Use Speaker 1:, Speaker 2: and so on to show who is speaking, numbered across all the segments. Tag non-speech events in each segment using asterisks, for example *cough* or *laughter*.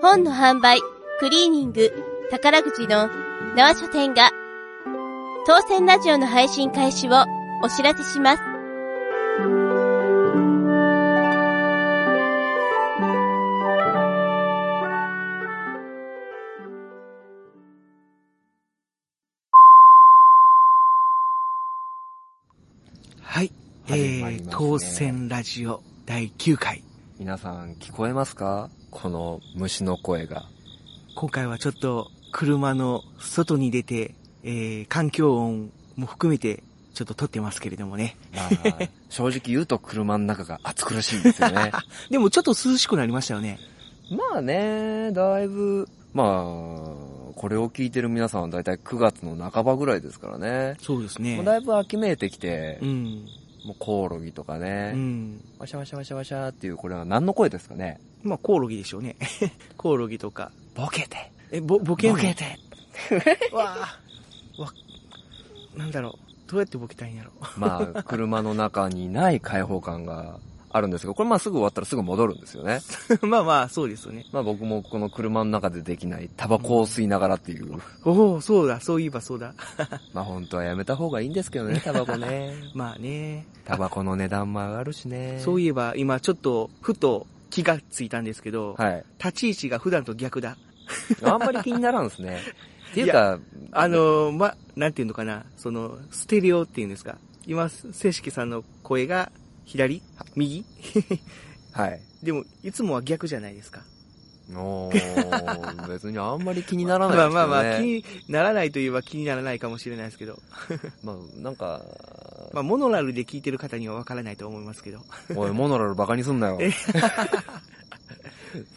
Speaker 1: 本の販売、クリーニング、宝くじの縄書店が、当選ラジオの配信開始をお知らせします。
Speaker 2: はい。
Speaker 3: 始ま
Speaker 2: え
Speaker 3: ります
Speaker 2: ー、
Speaker 3: ね
Speaker 2: 当選ラジオ第9回。
Speaker 3: 皆さん聞こえますかこの虫の声が。
Speaker 2: 今回はちょっと車の外に出て、えー、環境音も含めてちょっと撮ってますけれどもね。
Speaker 3: まあ、 *laughs* 正直言うと車の中が暑苦しいんですよね。
Speaker 2: でもちょっと涼しくなりましたよね。
Speaker 3: *laughs* まあね、だいぶ、まあ、これを聞いてる皆さんはだいたい9月の半ばぐらいですからね。
Speaker 2: そうですね
Speaker 3: もう。だいぶ秋めいてきて
Speaker 2: う、ん。
Speaker 3: もうコオロギと
Speaker 2: う
Speaker 3: かね、
Speaker 2: ん。
Speaker 3: ワシャワシャワシャワシャっていう、これは何の声ですかね
Speaker 2: まあ、コオロギでしょうね。 *laughs* コオロギとか。
Speaker 3: ボケて。
Speaker 2: え、ぼ、ボケん
Speaker 3: ボ
Speaker 2: の
Speaker 3: ケて。
Speaker 2: *laughs* わあわ、なんだろう。どうやってボケたいんやろう。
Speaker 3: ま *laughs* あ、車の中にない開放感があるんですけど、これまあすぐ終わったらすぐ戻るんですよね。
Speaker 2: まあまあ、そう *laughs* ですよね。
Speaker 3: まあ僕もこの車の中でできないタバコを吸いながらって *laughs* いう。
Speaker 2: おお、そうだ、そういえばそうだ。
Speaker 3: まあ本当はやめた方がいいんですけ *laughs* どね、タバコね。
Speaker 2: まあね。
Speaker 3: タバコの値段も上がるしね。
Speaker 2: そう
Speaker 3: い
Speaker 2: いえば、今ちょっと、ふと気がついたんですけど、
Speaker 3: はい。
Speaker 2: 立ち位置が普段と逆だ。
Speaker 3: あんまり気にならんです *laughs* ね。っていうか、
Speaker 2: あ、のー、ま、なんていうのかな、その、ステレオっていうんですか。今、正式さんの声が左右
Speaker 3: はい。
Speaker 2: でも、いつもは逆じゃないですか。
Speaker 3: もう、別にあんまり気にならないで
Speaker 2: まあ
Speaker 3: すけどね。
Speaker 2: まあまあ、気にならないといえば気にならないかもしれないですけど。
Speaker 3: まあ、なんか、
Speaker 2: まあ、モノラルで聞いてる方にはわからないと思いますけど。
Speaker 3: おい、モノラルバカにすんな *laughs* よ。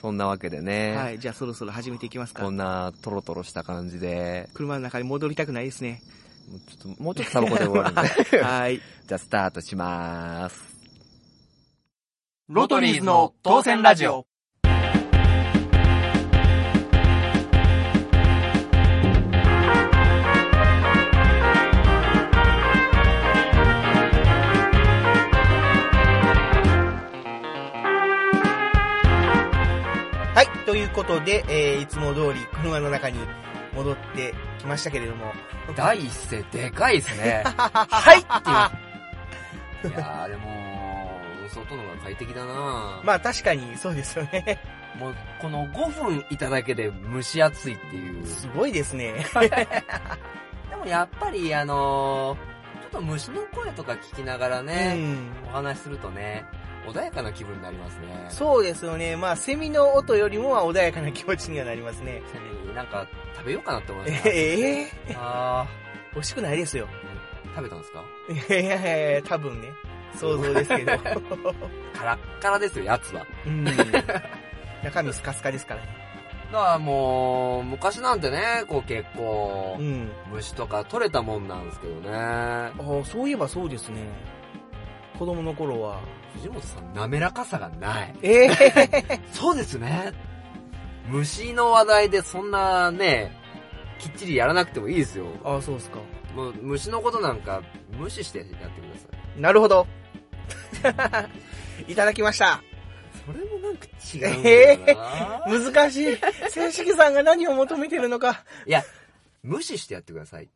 Speaker 3: そんなわけでね、
Speaker 2: はい、じゃあそろそろ始めていきますか
Speaker 3: こん。なトロトロした感じで、
Speaker 2: 車の中に戻りたくないです
Speaker 3: *laughs*
Speaker 2: ね。
Speaker 3: もうちょっと、もうちょっとタバコで終わるんで。 *laughs*
Speaker 2: はい。
Speaker 3: じゃあ、スタートしまーす。
Speaker 4: ロトリーズの当選ラジオ。
Speaker 2: はい、ということで、えー、いつも通り車の中に戻ってきましたけれ
Speaker 4: *laughs*
Speaker 2: ども。
Speaker 3: 第一声でかいで
Speaker 2: *laughs*
Speaker 3: すね。はいって言いました。いやーでも、外の方が快適だな
Speaker 2: まあ確かにそうですよね。
Speaker 3: もう、この5分いただけで蒸し暑いっていう。
Speaker 2: すごいですね。
Speaker 3: でもやっぱり、あのーちょっと虫の声とか聞きながら
Speaker 2: う
Speaker 3: ね、
Speaker 2: ん。
Speaker 3: お話しするとね、穏やかな気分になりますね。
Speaker 2: そうですよね。まあ、セミの音よりもは穏やかな気持ちにはなりますね。
Speaker 3: ちなみになんか食べようかなって思いました。
Speaker 2: ええ
Speaker 3: あ
Speaker 2: 美味しくないですよ。
Speaker 3: ー、食べたんですか
Speaker 2: いやいやいや、多分ね。想像ですけど。
Speaker 3: カラッカラですよ、やつは。
Speaker 2: *laughs* うん。中身スカスカですからね。
Speaker 3: だからもう、昔なんてね、こう結構、
Speaker 2: うん。
Speaker 3: 虫とか取れたもんなんですけどね。
Speaker 2: ああ、そういえばそうですね。子供の頃は。
Speaker 3: 藤本さん、滑らかさがない。
Speaker 2: ええ
Speaker 3: そうですね。虫の話題でそんなね、きっちりやらなくてもいいですよ。
Speaker 2: ああ、そうですか。
Speaker 3: もう虫のことなんか無視してやってください。
Speaker 2: なるほど。 *laughs* いただきました。
Speaker 3: それもなんか違うんだよな、
Speaker 2: 難し *laughs* い。正式さんが何を求めてるのか。
Speaker 3: いや、無視してやってください。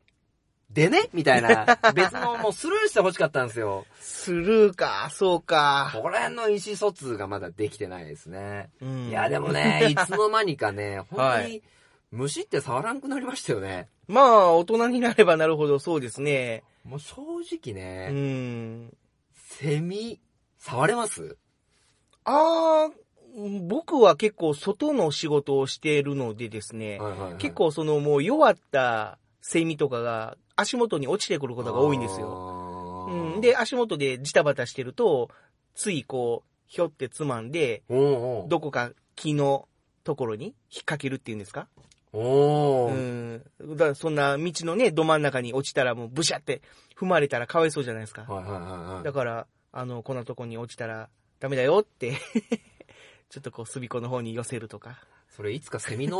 Speaker 3: でねみたいな。別のもうスルーしてほしかったんですよ。
Speaker 2: スルーか、そうか。
Speaker 3: ここら辺の意思疎通がまだできてないですね。
Speaker 2: うん
Speaker 3: いや、でもね、いつの間にかね、本当
Speaker 2: は
Speaker 3: に、虫って触らんくなりましたよね。
Speaker 2: まあ、大人になればなるほどそうですね。
Speaker 3: もう正
Speaker 2: う
Speaker 3: 直ね、
Speaker 2: ん。
Speaker 3: セミ、触れます
Speaker 2: あー、僕は結構外の仕事をしているのでですね、
Speaker 3: はいはいはい
Speaker 2: 結構そのもう弱ったセミとかが足元に落ちてくることが多いんですよ。
Speaker 3: よ
Speaker 2: うん、、で、足元でジタバタしてると、ついこう、ひょってつまんで、
Speaker 3: おうおう
Speaker 2: どこか木のところに引っ掛けるっていうんですか
Speaker 3: お
Speaker 2: う
Speaker 3: ー
Speaker 2: ん。だからそんな道のね、ど真ん中に落ちたらもうブシャって踏まれたらかわいそうじゃないですか。
Speaker 3: はいはいはいは
Speaker 2: だから、あの、こんなとこに落ちたらダメだよって、 *laughs* ちょっとこう、隅っこの方に寄せるとか。
Speaker 3: い。それいつかセミ *laughs* の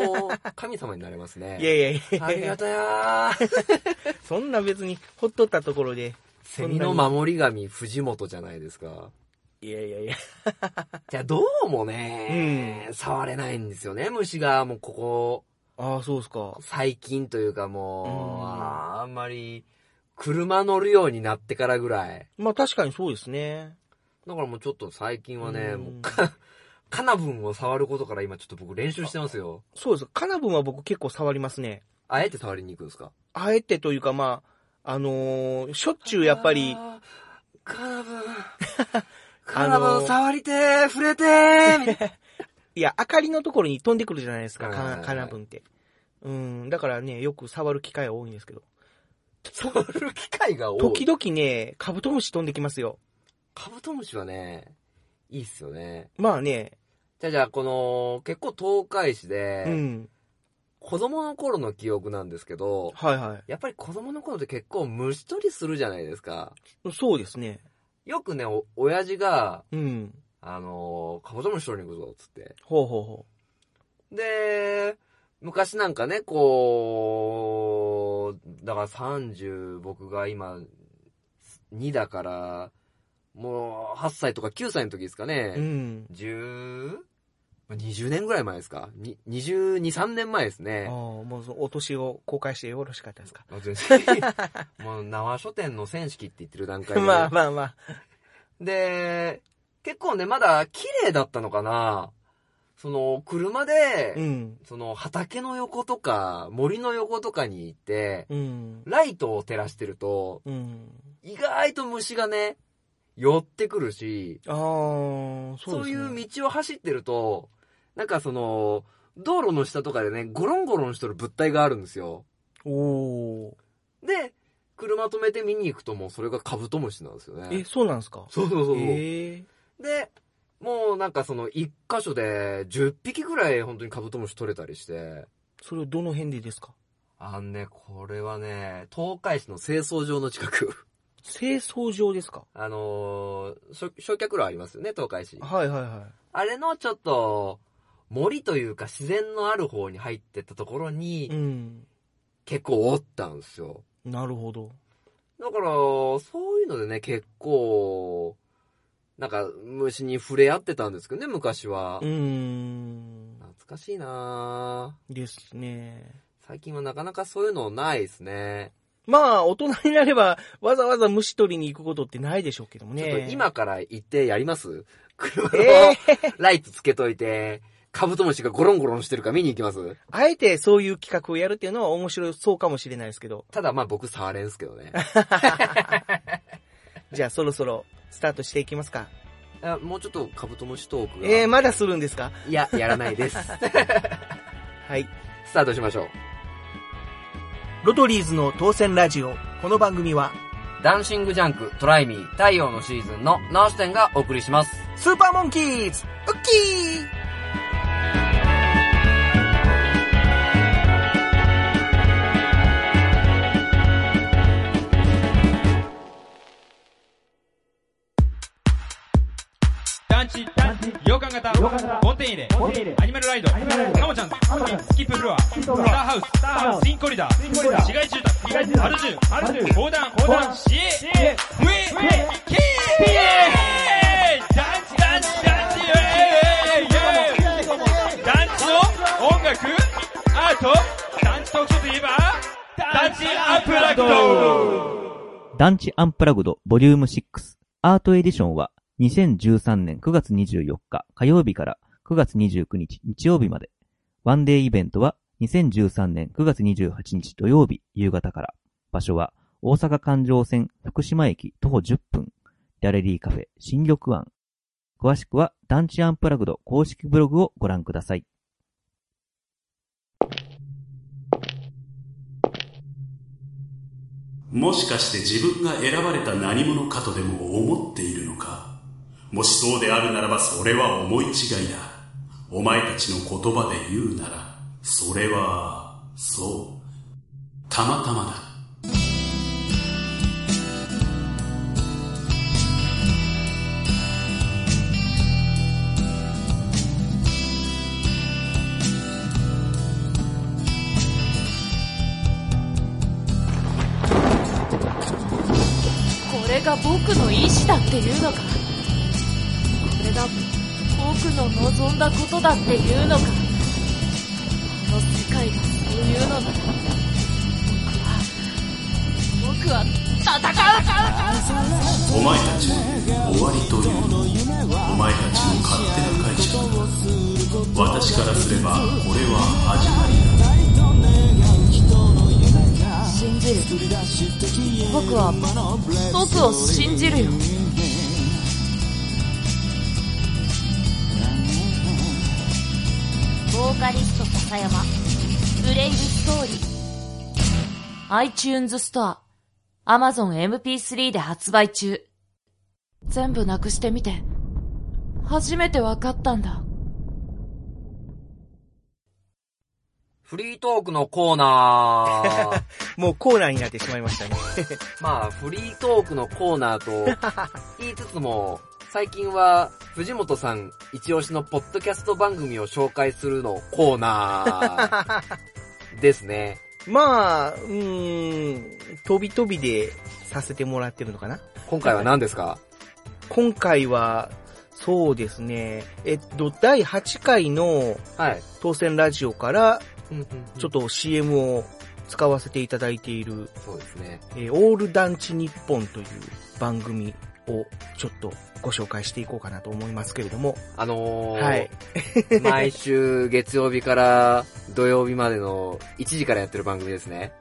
Speaker 3: 神様になれますね。
Speaker 2: いやいやいや
Speaker 3: あ
Speaker 2: い
Speaker 3: りが
Speaker 2: や、
Speaker 3: とやー
Speaker 2: *laughs* そんな別にほっとったところで、
Speaker 3: セミの守り神、藤本じゃないですか。
Speaker 2: いやいやいや。
Speaker 3: じゃあどうもね、触れないんですよね、虫が。もうここ、
Speaker 2: ああ、そうですか。
Speaker 3: 最近というかもう、
Speaker 2: うん
Speaker 3: あーあんまり、車乗るようになってからぐらい。
Speaker 2: まあ確かにそうですね。
Speaker 3: だからもうちょっと最近はね、
Speaker 2: うん
Speaker 3: もうか、カナブンを触ることから今ちょっと僕練習してますよ。
Speaker 2: そうです。カナブンは僕結構触りますね。
Speaker 3: あえて触りに行くんですか
Speaker 2: あえてというかまあ、あのーしょっちゅうやっぱり、
Speaker 3: あー。カナ *laughs* ブン。カ
Speaker 2: あのー
Speaker 3: ナブン触りてー、触れてーみたいな
Speaker 2: いや、明かりのところに飛んでくるじゃないですか、
Speaker 3: はいはい
Speaker 2: カ
Speaker 3: はい
Speaker 2: カナブンって。うん、だからね、よく触る機会は多いんですけど。
Speaker 3: 触る機会が多
Speaker 2: 時
Speaker 3: い。
Speaker 2: 々ね、カブトムシ飛んできますよ。
Speaker 3: カブトムシはね、いいっすよね。
Speaker 2: まあね、
Speaker 3: じゃあじゃあ、この、結構東海市で、
Speaker 2: うん。
Speaker 3: 子供の頃の記憶なんですけど、
Speaker 2: はいは
Speaker 3: やっぱり子供の頃って結構虫取りするじゃないですか。
Speaker 2: い。そうですね。
Speaker 3: よくね、お、親父が、
Speaker 2: うん。
Speaker 3: あのーカブトムシ取りに行くぞ、つって。
Speaker 2: ほうほうほ
Speaker 3: で、昔なんかね、こう、だから30、僕が今、2だから、もう8歳とか9歳の時ですかね。
Speaker 2: う。うん。
Speaker 3: 10、20年ぐらい前ですかに ?22、3年前です
Speaker 2: ああ、
Speaker 3: ね。
Speaker 2: もうそのお年を公開してよろしかったですか。
Speaker 3: あ全然 *laughs* もう、縄書店の戦式って言ってる段階で。
Speaker 2: まあまあまあ。
Speaker 3: で、結構ね、まだ綺麗だったのかなその、車で、
Speaker 2: うん。
Speaker 3: その、畑の横とか、森の横とかに行って、
Speaker 2: うん。
Speaker 3: ライトを照らしてると、
Speaker 2: うん。
Speaker 3: 意外と虫がね、寄ってくるし、
Speaker 2: ああ、そうですね。
Speaker 3: そういう道を走ってると、なんかその、道路の下とかでね、ゴロンゴロンしとる物体があるんですよ。
Speaker 2: おー。
Speaker 3: で、車止めて見に行くともうそれがカブトムシなんですよね。
Speaker 2: え、そうなんですか
Speaker 3: そうそうそうそう。
Speaker 2: え
Speaker 3: で、もうなんかその一箇所で10匹ぐらい本当にカブトムシ取れたりして、
Speaker 2: ー、それをどの辺でですか
Speaker 3: あんね、これはね、東海市の清掃場の近く。 *laughs*
Speaker 2: 清掃場ですか
Speaker 3: あのー、焼焼却炉ありますよね、東海市。
Speaker 2: はいはいは
Speaker 3: あれのちょっと、森というか自然のある方に入ってったところに、
Speaker 2: い。うん。
Speaker 3: 結構おったんですよ。
Speaker 2: なるほど。
Speaker 3: だから、そういうのでね、結構、なんか、虫に触れ合ってたんですけどね、昔は。
Speaker 2: うーん。
Speaker 3: 懐かしいなぁ
Speaker 2: ですね。
Speaker 3: 最近はなかなかそういうのないですね。
Speaker 2: まあ、大人になれば、わざわざ虫取りに行くことってないでしょうけども
Speaker 3: ちょっ
Speaker 2: ね。
Speaker 3: と今から行ってやります *laughs* 車の、
Speaker 2: ええ
Speaker 3: ライトつけといて、カブトムシがゴロンゴロンしてるか見に行きます
Speaker 2: あえてそういう企画をやるっていうのは面白そうかもしれないですけど、
Speaker 3: ただまあ僕触れんすけど
Speaker 2: *laughs*
Speaker 3: ね。
Speaker 2: じゃあそろそろスタートしていきますか。
Speaker 3: あもうちょっとカブトムシトークが。
Speaker 2: えー、まだするんですか
Speaker 3: いや、やらない
Speaker 2: *laughs*
Speaker 3: です。
Speaker 2: はい。
Speaker 3: スタートしましょう。
Speaker 2: ロトリーズの当選ラジオ。この番組は、
Speaker 3: ダンシングジャンク、トライミー、太陽のシーズンの直し点がお送りします。
Speaker 2: スーパーモンキーズウッキー
Speaker 5: 団地、洋館型、モンテン入れ、アニマルライド、カモちゃん、スキップフロア、スターハウス、シンコリダー、市街住宅、アルジュ、横断、シエ、ウェイ、キー団地、団地、団地、イェイ、イェイ、団地の音楽、アート、団地特徴といえば、団地アップラグド
Speaker 6: 団地アンプラグドボリューム6アートエディションは2013年9月24日火曜日から9月29日日曜日まで。ワンデーイベントは2013年9月28日土曜日夕方から。場所は大阪環状線福島駅徒歩10分。ギャレリーカフェ新緑湾。詳しくは団地アンプラグド公式ブログをご覧ください。
Speaker 7: もしかして自分が選ばれた何者かとでも思っているのかもしそうであるならばそれは思い違いだ。お前たちの言葉で言うなら、それは、そう、たまたまだ。
Speaker 8: これが僕の意志だっていうのかが僕の望んだことだっていうのかこの世界がそういうのなら僕は僕は戦う
Speaker 7: お前たちの終わりというのお前たちの勝手な解釈だ私からすればこれは始まりだ
Speaker 8: 信じる僕は僕を信じるよボーカリスト笹山ブレイブストーリー iTunes ストア Amazon MP3 で発売中全部なくしてみて初めてわかったんだ
Speaker 3: フリートークのコーナー。
Speaker 2: もうコーナーになってしまいましたね。
Speaker 3: まあ、フリートークのコーナ
Speaker 2: *laughs*
Speaker 3: ーと言いつつも、最近は藤本さん一押しのポッドキャスト番組を紹介するのコーナ
Speaker 2: *laughs*
Speaker 3: ーですね。
Speaker 2: まあ、うーん、飛び飛びでさせてもらってるのかな
Speaker 3: 今回は何ですか
Speaker 2: 今回は、そうですね、えっと、第8回の
Speaker 3: はい。
Speaker 2: 当選ラジオから、ち
Speaker 3: ち
Speaker 2: ょ
Speaker 3: ょ
Speaker 2: っ
Speaker 3: っ
Speaker 2: と CM を使わせていただいている、
Speaker 3: と、そうですね。
Speaker 2: えーオール団地日本という番組をちょっとご紹介していこうかなと思いますけれども、
Speaker 3: あのー、
Speaker 2: はい。 *laughs*
Speaker 3: 毎週月曜日から土曜日までの1時からやってる番組ですね。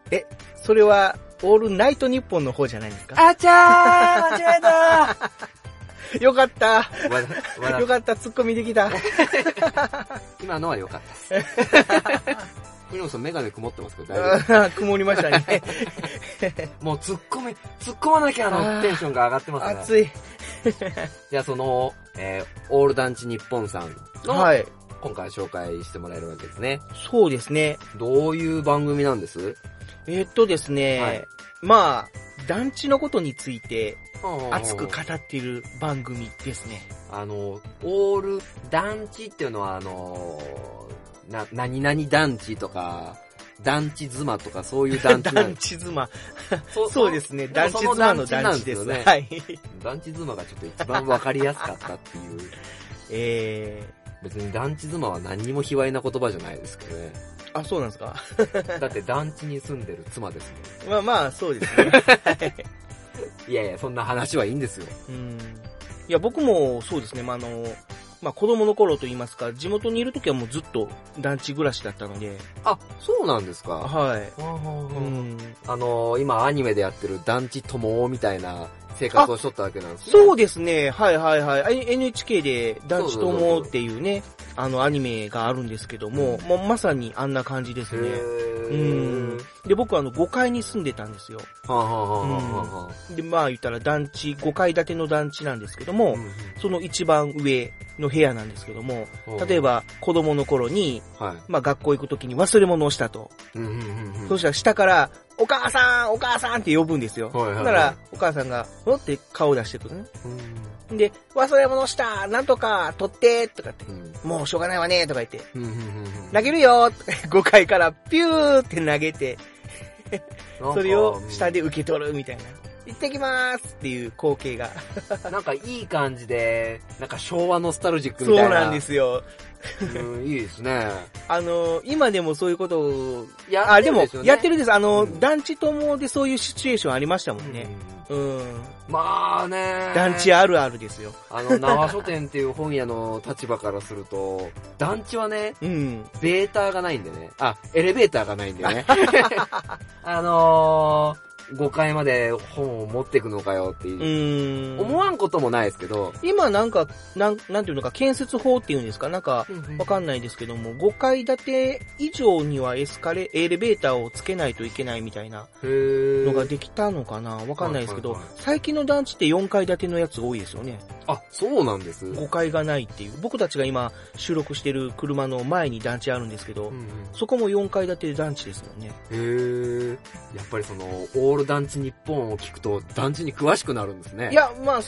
Speaker 2: それは、オールナイト日本の方じゃないですか
Speaker 3: あちゃー間違えた
Speaker 2: *laughs* よかった
Speaker 3: わわ
Speaker 2: よかった、ツッコミできた。
Speaker 3: 今のは良かったです。
Speaker 2: *laughs*
Speaker 3: 藤本さんメガネ曇ってますけど大丈夫です
Speaker 2: *laughs*
Speaker 3: か
Speaker 2: 曇りました
Speaker 3: *laughs*
Speaker 2: ね。
Speaker 3: もう突っ込め、突っ込まなきゃのテンションが上がってますね。
Speaker 2: 暑い。
Speaker 3: じゃあその、えー、オール団地日本さんの、
Speaker 2: はい。
Speaker 3: 今回紹介してもらえるわけですね。
Speaker 2: そうですね。
Speaker 3: どういう番組なんです
Speaker 2: えーっとですね、
Speaker 3: はい
Speaker 2: まあ、団地のことについて熱
Speaker 3: 熱
Speaker 2: く語っている番組ですね。
Speaker 3: あの、オール団地っていうのはあの、な、何々団地とか、団地妻とかそういう団地なん
Speaker 2: 団 *laughs* 地妻。
Speaker 3: そ
Speaker 2: そうですね、団地
Speaker 3: その
Speaker 2: 妻の団地です。
Speaker 3: 団地なん
Speaker 2: は
Speaker 3: で
Speaker 2: い。
Speaker 3: すよね。団地妻がちょっと一番わかりやすかったっていう。 *laughs*
Speaker 2: え
Speaker 3: 別に団地妻は何にも卑猥な言葉じゃないですけどね。
Speaker 2: ー、あ、そうなんですか
Speaker 3: だって団地に住んでる妻です
Speaker 2: *laughs*
Speaker 3: もん。
Speaker 2: まあまあ、そうです *laughs* ね。
Speaker 3: いやいや、そんな話はいいんですよ。
Speaker 2: うん。いや、僕もそうですね、まああの、まあ子供の頃と言いますか、地元にいる時はもうずっと団地暮らしだったので、
Speaker 3: あ、そうなんですか。
Speaker 2: はい。う
Speaker 3: あ
Speaker 2: ん、
Speaker 3: のー、今アニメでやってる団地友みたいな生活をしとったわけなんですね
Speaker 2: そうですね。はいはいはいあい。NHK で、団地ともっていうね、あの、アニメがあるんですけども、もうまさにあんな感じです
Speaker 3: へ
Speaker 2: ね。う
Speaker 3: ー
Speaker 2: ん。で、僕あの、5階に住んでたんですよ。
Speaker 3: はあはあはあはあはあ
Speaker 2: で、まあ言ったら団地、5階建ての団地なんですけど
Speaker 3: う
Speaker 2: も、
Speaker 3: ん
Speaker 2: その一番上の部屋なんですけども、
Speaker 3: うん
Speaker 2: 例え、ば子供の頃に、
Speaker 3: は
Speaker 2: まあ学校行く時に忘れ物をしたと。
Speaker 3: い。うんうんうんうん
Speaker 2: そしたら下から、お母さんお母さんって呼ぶんですよ。
Speaker 3: はいはいはい
Speaker 2: だから、お母さんが、おって顔出してくるね。
Speaker 3: うん
Speaker 2: で、忘れ物したなんとか取ってとかって、
Speaker 3: うん
Speaker 2: もうしょうがないわねとか言って、
Speaker 3: うんうんうんうん
Speaker 2: 投げるよ5階からピューって投げて、
Speaker 3: なんか
Speaker 2: それを下で受け取るみたいな。行ってきますっていう光景が。
Speaker 3: なんかいい感じで、なんか昭和ノスタルジック
Speaker 2: そう
Speaker 3: みたいな。
Speaker 2: なんですよ。
Speaker 3: うん。いいですね。
Speaker 2: あの、今でもそういうことを、
Speaker 3: や
Speaker 2: あ、でも
Speaker 3: すよ、ね
Speaker 2: やってるんです。あの、
Speaker 3: うん
Speaker 2: 団地ともでそういうシチュエーションありましたもん
Speaker 3: う
Speaker 2: ね。
Speaker 3: ん
Speaker 2: うん。
Speaker 3: まあね。
Speaker 2: 団地あるあるですよ。
Speaker 3: あ
Speaker 2: *laughs*
Speaker 3: の、縄書店っていう本屋の立場からすると、団地はね、
Speaker 2: うん。
Speaker 3: ベーターがないんでね。あ、エレベーターがないんで
Speaker 2: *laughs*
Speaker 3: ね。あのー、5階まで本を持ってくのかよっていうう。
Speaker 2: ん。
Speaker 3: 思わんこともないですけど。
Speaker 2: 今なんか、なん、なんていうのか、建設法っていうんですかなんか、わかんないですけども、5階建て以上にはエスカレ、エレベーターをつけないといけないみたいな
Speaker 3: へー
Speaker 2: のができたのかなわかんないですけど
Speaker 3: はいはいは、
Speaker 2: 最近の団地って4階建てのやつ多いですよね。
Speaker 3: あ、そうなんです。
Speaker 2: 5階がないっていう。僕たちが今収録してる車の前に団地あるんですけど
Speaker 3: うんう、ん
Speaker 2: そこも4階建て団地ですもんね。
Speaker 3: へーやっぱりその、オール団地日本を聞くと、団地に詳しくなるんですね。
Speaker 2: い、や、まあ、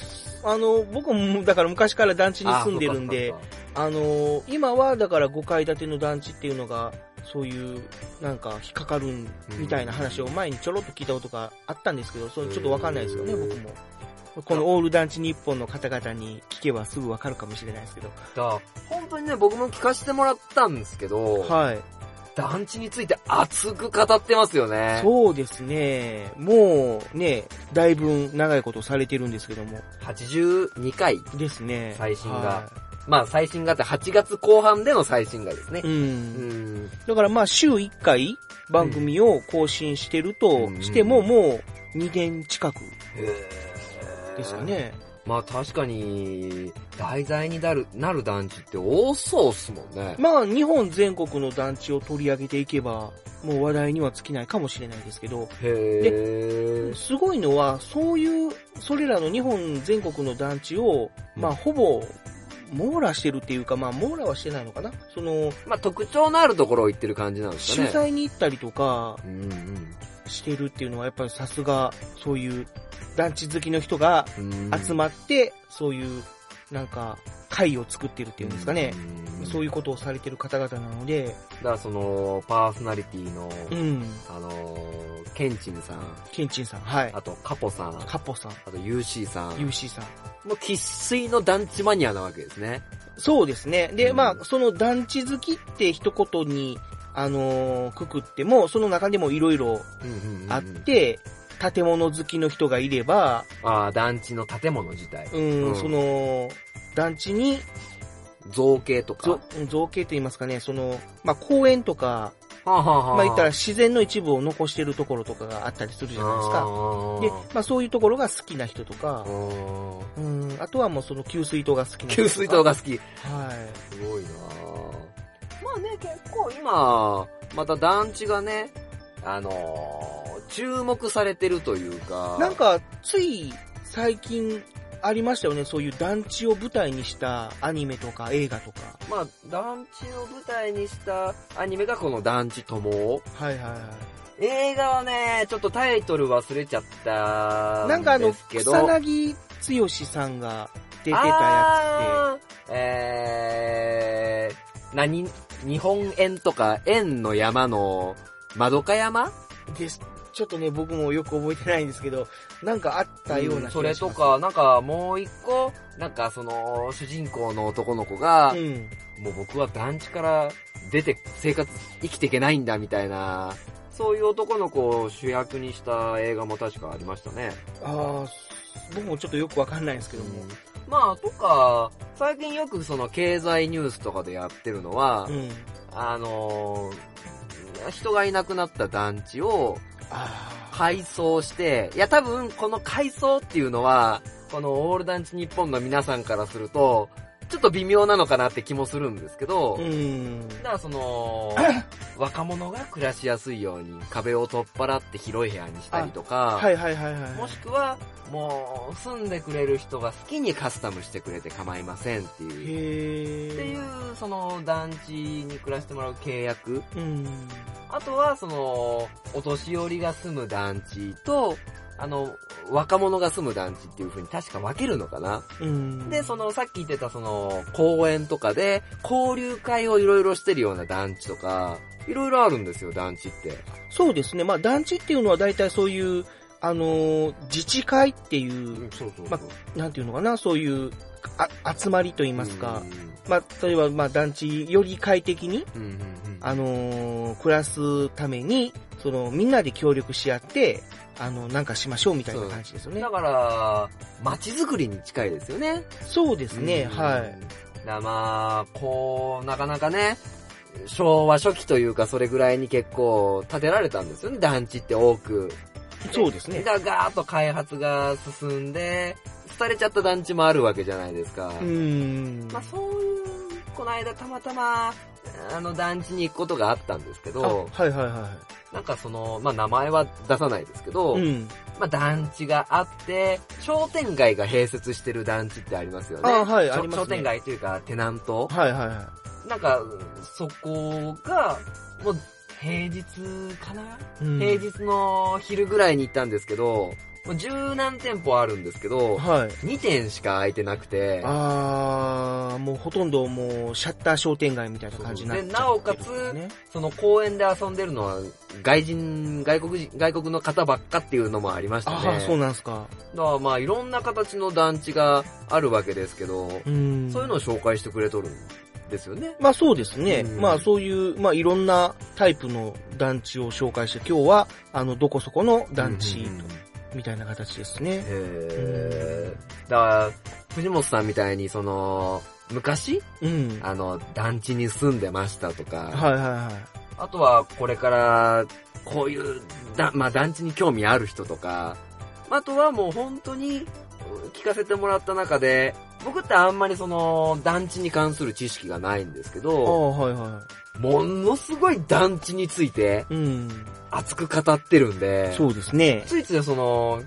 Speaker 2: あの、僕も、だから昔から団地に住んでるんで
Speaker 3: あ、。そうかそうか
Speaker 2: あのー今はだから5階建ての団地っていうのが、そういう、なんか引っかかるんみたいな話を前にちょろっと聞いたことがあったんですけど、それちょっとわかんないですよね、
Speaker 3: うん
Speaker 2: 僕も。
Speaker 3: そうか
Speaker 2: このオール団地日本の方々に聞けばすぐわかるかもしれないですけど。
Speaker 3: だ本当にね、僕も聞かせてもらったんですけど、
Speaker 2: はい。
Speaker 3: 団地について熱く語ってますよね。
Speaker 2: そうですね。もうね、だいぶ長いことされてるんですけども。
Speaker 3: 82回。
Speaker 2: ですね。
Speaker 3: 最新が
Speaker 2: は
Speaker 3: まあ最新があって8月後半での最新がですね
Speaker 2: い。う。。
Speaker 3: うんん。
Speaker 2: だからまあ週1回番組を更新してるとしても、
Speaker 3: うん
Speaker 2: もう2年近く
Speaker 3: へー
Speaker 2: ですか。ね。
Speaker 3: まあ確かに、題材になる、なる団地って多そうっすもんね。
Speaker 2: まあ日本全国の団地を取り上げていけば、もう話題には尽きないかもしれないですけど、
Speaker 3: へえ。
Speaker 2: すごいのは、そういう、それらの日本全国の団地を、まあ、
Speaker 3: うん
Speaker 2: ほぼ、網羅してるっていうか、まあ、網羅はしてないのかなその、
Speaker 3: まあ特徴のあるところを言ってる感じなんですか
Speaker 2: 取
Speaker 3: ね。
Speaker 2: 材に行ったりとか
Speaker 3: うんうん
Speaker 2: してるっていうのは、やっぱりさすが、そういう、団地好きの人が
Speaker 3: うん。
Speaker 2: 集まって、そういう、なんか、会を作ってるっていうんですかね。
Speaker 3: うん。
Speaker 2: そういうことをされてる方々なので、
Speaker 3: だからその、パーソナリティの、
Speaker 2: うん、
Speaker 3: あのー、ケンチンさん、
Speaker 2: ケンチンさん、はい。
Speaker 3: あとカポさん、あ
Speaker 2: カッポさん、
Speaker 3: と UC さん、
Speaker 2: UC さん。
Speaker 3: もう喫水の団地マニアなわけですね。
Speaker 2: そうですね。で、
Speaker 3: うん
Speaker 2: まあ、その団地好きって一言に、あのーくくっても、その中でもいろいろあっ、て、建物好きの人がいれば、
Speaker 3: ああ、団地の建物自体。
Speaker 2: うん、
Speaker 3: うん
Speaker 2: その、団地に
Speaker 3: 造形とか。
Speaker 2: ぞ造形と言いますかね、その、まあ、公園とか、
Speaker 3: はあはあは
Speaker 2: まあ、言ったら自然の一部を残してるところとかがあったりするじゃないですか。で、まあ、そういうところが好きな人とか、
Speaker 3: か。
Speaker 2: うん、あとはもうその給水塔が好きな人とか。
Speaker 3: 給水塔が好き。
Speaker 2: はい。
Speaker 3: すごいなぁまあね、結構今、また団地がね、あのー注目されてるというか。
Speaker 2: なん、か、つい最近ありましたよね。そういう団地を舞台にしたアニメとか映画とか。
Speaker 3: まあ、団地を舞台にしたアニメがこの団地とも。
Speaker 2: はいはいは
Speaker 3: 映画はね、ちょっとタイトル忘れちゃった
Speaker 2: い。なんかあ
Speaker 3: ん
Speaker 2: の
Speaker 3: です、けど。
Speaker 2: 草薙剛さんが出てたや
Speaker 3: あーえー、何日本円とか円の山の窓か山
Speaker 2: つで。です。ちょっとね、僕もよく覚えてないんですけど、なんかあったような気がします、
Speaker 3: それとか、なんかもう一個、なんかその、主人公の男の子が、
Speaker 2: うん。
Speaker 3: もう僕は団地から出て生活、生きていけないんだみたいな、そういう男の子を主役にした映画も確かありましたね。
Speaker 2: ああ、僕もちょっとよくわかんないんですけども。
Speaker 3: まあ、とか、最近よくその経済ニュースとかでやってるのは、
Speaker 2: うん。
Speaker 3: あのー人がいなくなった団地を
Speaker 2: あ
Speaker 3: 改装して、いや多分この改装っていうのは、このオール団地日本の皆さんからすると、ちょっと微妙なのかなって気もするんですけど、
Speaker 2: あ。うん。
Speaker 3: だから
Speaker 2: *laughs*
Speaker 3: その、若者が暮らしやすいように壁を取っ払って広い部屋にしたりとか、
Speaker 2: はいはいはいはい。
Speaker 3: もしくは、もう住んでくれる人が好きにカスタムしてくれて構いませんってい
Speaker 2: へ
Speaker 3: う。
Speaker 2: え。
Speaker 3: っていう、その団地に暮らしてもらう契約
Speaker 2: うん。
Speaker 3: あとは、その、お年寄りが住む団地と、あの、若者が住む団地っていう風に確か分けるのかな。
Speaker 2: うん。
Speaker 3: で、その、さっき言ってたその、公園とかで、交流会をいろいろしてるような団地とか、いろいろあるんですよ、団地って。
Speaker 2: そうですね。まあ、団地っていうのは大体そういう、あのー自治会っていう、
Speaker 3: そうそう
Speaker 2: まなんていうのかな、そういう、あ集まりといいますか、。まあ、例えば、まあ、団地より快適に、
Speaker 3: うんうんうん。
Speaker 2: あのー暮らすために、その、みんなで協力し合って、あの、なんかしましょうみたいな感じですよね
Speaker 3: だ。から、街づくりに近いですよね。
Speaker 2: そうですね、
Speaker 3: うん
Speaker 2: はい。。
Speaker 3: だまあ、こう、なかなかね、昭和初期というかそれぐらいに結構建てられたんですよね、団地って多く。
Speaker 2: そうですね。
Speaker 3: だガーッと開発が進んで、廃れちゃった団地もあるわけじゃないですか。
Speaker 2: うーん。
Speaker 3: まあそういう、この間たまたま、あの団地に行くことがあったんですけど、
Speaker 2: あはいはいは
Speaker 3: なんかその、まあ名前は出さないですけど、
Speaker 2: い。うん。
Speaker 3: まあ団地があって、商店街が併設してる団地ってありますよね。
Speaker 2: あはい
Speaker 3: しょ
Speaker 2: ありますね
Speaker 3: 商店街というかテナント。
Speaker 2: はいはいは
Speaker 3: なんか、そこが、もう、平日かな、
Speaker 2: い。うん
Speaker 3: 平日の昼ぐらいに行ったんですけど、もう十何店舗あるんですけど、
Speaker 2: はい。
Speaker 3: 2店しか空いてなくて、
Speaker 2: あー、もうほとんどもうシャッター商店街みたいな感じになっちゃってる
Speaker 3: でなおかつ
Speaker 2: ね
Speaker 3: その公園で遊んでるのは外人、外国人、外国の方ばっかっていうのもありましたね。
Speaker 2: ああ、そうなんですか。
Speaker 3: だからまあいろんな形の団地があるわけですけど、
Speaker 2: うん。
Speaker 3: そういうのを紹介してくれとるんですよね。
Speaker 2: まあそうですね。
Speaker 3: うん
Speaker 2: まあそういう、まあいろんなタイプの団地を紹介して、今日は、あの、どこそこの団地
Speaker 3: うんうんうん
Speaker 2: みたいな形ですね。
Speaker 3: へーだから、藤本さんみたいにその、昔、
Speaker 2: うん。は
Speaker 3: あの、団地に住んでましたとか、
Speaker 2: いはいはい。
Speaker 3: あとはこれから、こういう、だまあ団地に興味ある人とか、あとはもう本当に聞かせてもらった中で、僕ってあんまりその団地に関する知識がないんですけ
Speaker 2: あ
Speaker 3: ど、
Speaker 2: あ、はいは
Speaker 3: ものすごい団地について
Speaker 2: い。うん。
Speaker 3: 熱く語ってるんで、
Speaker 2: そうですね。
Speaker 3: ついついその、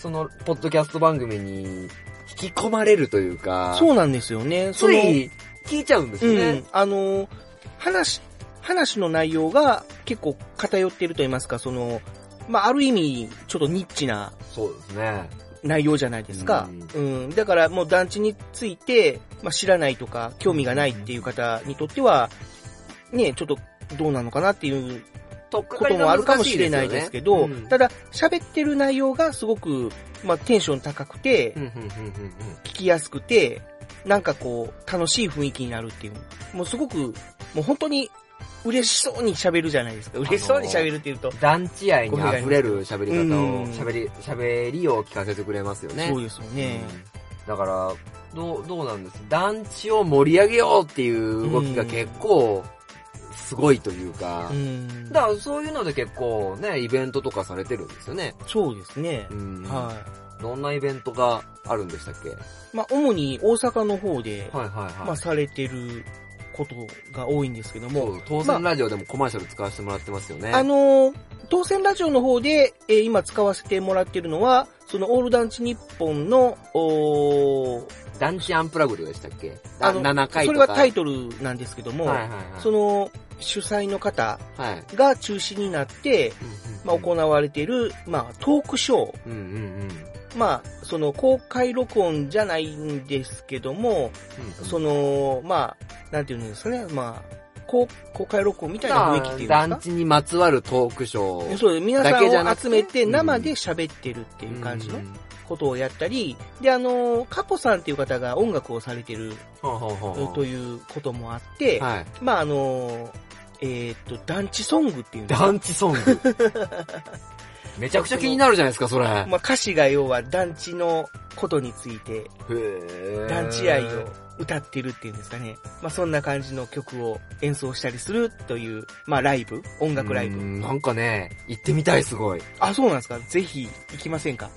Speaker 3: その、ポッドキャスト番組に引き込まれるというか、
Speaker 2: そうなんですよね。そ
Speaker 3: つ
Speaker 2: の
Speaker 3: い聞いちゃうんですよ
Speaker 2: う
Speaker 3: ね
Speaker 2: ん。。あの、話、話の内容が結構偏っていると言いますか、その、まあ、ある意味、ちょっとニッチな
Speaker 3: そうですね。
Speaker 2: 内容じゃないですか。うん。だからもう団地について、まあ、知らないとか、興味がないっていう方にとっては、ね、ちょっとどうなのかなっていう
Speaker 3: とっか
Speaker 2: こ
Speaker 3: かり
Speaker 2: と
Speaker 3: が
Speaker 2: もあるか
Speaker 3: 難
Speaker 2: も
Speaker 3: し
Speaker 2: し
Speaker 3: い
Speaker 2: れ
Speaker 3: ですよね
Speaker 2: ないですけど、
Speaker 3: うん
Speaker 2: ただ、喋ってる内容がすごく、まあ、テンション高くて
Speaker 3: う、んうんうんうんうん
Speaker 2: 聞きやすくて、なんかこう、楽しい雰囲気になるっていう。もうすごく、もう本当に嬉しそうに喋るじゃないですか。嬉しそうに喋るっていうと。
Speaker 3: 団地愛に溢れる喋り方
Speaker 2: う
Speaker 3: を、
Speaker 2: ん
Speaker 3: 喋り、喋りを聞かせてくれますよね。
Speaker 2: そうですよね。
Speaker 3: うんだから、どう、どうなんです団地を盛り上げようっていう動きが結構、すごいというか
Speaker 2: う、ん。
Speaker 3: だからそういうので結構ね、イベントとかされてるんですよね。
Speaker 2: そうですね
Speaker 3: う。ん。
Speaker 2: はい。
Speaker 3: どんなイベントがあるんでしたっけはい
Speaker 2: まあ、主に大阪の方で、
Speaker 3: はいはい。
Speaker 2: まあ、されてることが多いんですけど
Speaker 3: そ
Speaker 2: も、
Speaker 3: う、当
Speaker 2: まあ
Speaker 3: 然ラジオでもコマーシャル使わせてもらってますよね。
Speaker 2: あのー当選ラジオの方で、えー今使わせてもらってるのは、そのオール団地日本の、おー
Speaker 3: 団地アンプラグドでしたっけ
Speaker 2: あ
Speaker 3: あ
Speaker 2: の
Speaker 3: 7回
Speaker 2: そ
Speaker 3: と
Speaker 2: れ
Speaker 3: か。
Speaker 2: はタイトルなんですけども、
Speaker 3: はいはいはい。
Speaker 2: その主催の方
Speaker 3: はい。
Speaker 2: が中心になって、
Speaker 3: うんうん
Speaker 2: まあ、行われている、まあ、トークショー。
Speaker 3: うんうんうん。
Speaker 2: まあ、その公開録音じゃないんですけども、
Speaker 3: うん
Speaker 2: その、まあ、なんていうんですかね、まあ、公公開録音みたいな雰囲気っていうんです
Speaker 3: 団
Speaker 2: か
Speaker 3: 地にまつわるトークショー。
Speaker 2: そう、皆さ
Speaker 3: だけじゃ
Speaker 2: ん
Speaker 3: な
Speaker 2: を
Speaker 3: くて
Speaker 2: 集めて
Speaker 3: うん
Speaker 2: 生で喋ってるっていう感じの
Speaker 3: んん
Speaker 2: ことをやったり、で、あの、カポさんっていう方が音楽をされてる
Speaker 3: ほうほうほうほう
Speaker 2: ということもあって、
Speaker 3: はい。
Speaker 2: まあ、あの、えーっと、団地ソングっていうんですか
Speaker 3: 団地ソ
Speaker 2: *laughs*
Speaker 3: ング。めちゃくちゃ気になるじゃないですか、それ。
Speaker 2: まあ、歌詞が要は団地のことについて、団地愛を歌ってるっていうんですかね。まあ、そんな感じの曲を演奏したりするという、まあ、ライブ、音楽ライ
Speaker 3: うん
Speaker 2: ブ。
Speaker 3: なんかね、行ってみたい、すごい。
Speaker 2: あ、そうなんですかぜひ行きませんか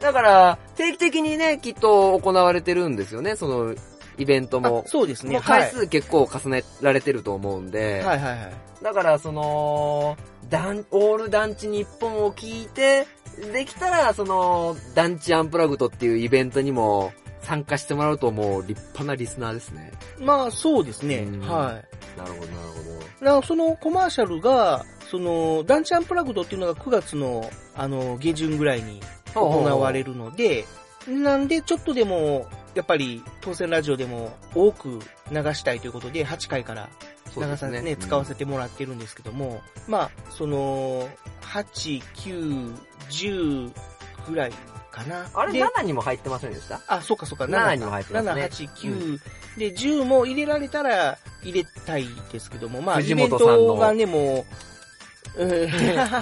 Speaker 3: だから、定期的にね、きっと行われてるんですよね、その、イベント
Speaker 2: あ
Speaker 3: も。
Speaker 2: そうですね。
Speaker 3: もう
Speaker 2: はい
Speaker 3: 回。数結構重ねられてると思うんで、
Speaker 2: はいはいはい。
Speaker 3: だからその、団、オール団地日本を聞いて、できたらその、団地アンプラグドっていうイベントにも参加してもらうともう立派なリスナーですね。
Speaker 2: まあ、そうですね
Speaker 3: うん。
Speaker 2: は
Speaker 3: なるほど、なるほど。
Speaker 2: い。だからそのコマーシャルが、その、ダンチアンプラグドっていうのが9月の、あの、下旬ぐらいに行われるので、なんでちょっとでも、やっぱり、当選ラジオでも多く流したいということで、8回から
Speaker 3: そう
Speaker 2: 長
Speaker 3: です
Speaker 2: さ
Speaker 3: ね、
Speaker 2: んね使わせてもらってるんですけども、まあ、その、8、9、10ぐらいかな。
Speaker 3: あれ、
Speaker 2: で
Speaker 3: 7にも入ってませんでした
Speaker 2: あ、そうかそうか、
Speaker 3: 7
Speaker 2: 7
Speaker 3: にも入ってます
Speaker 2: 7、
Speaker 3: ね。
Speaker 2: 8、9、で、10も入れられたら入れたいですけども、まあ、
Speaker 3: 藤
Speaker 2: イ
Speaker 3: 本
Speaker 2: ベン
Speaker 3: さんの
Speaker 2: トがね、もう、
Speaker 3: *laughs*
Speaker 2: うん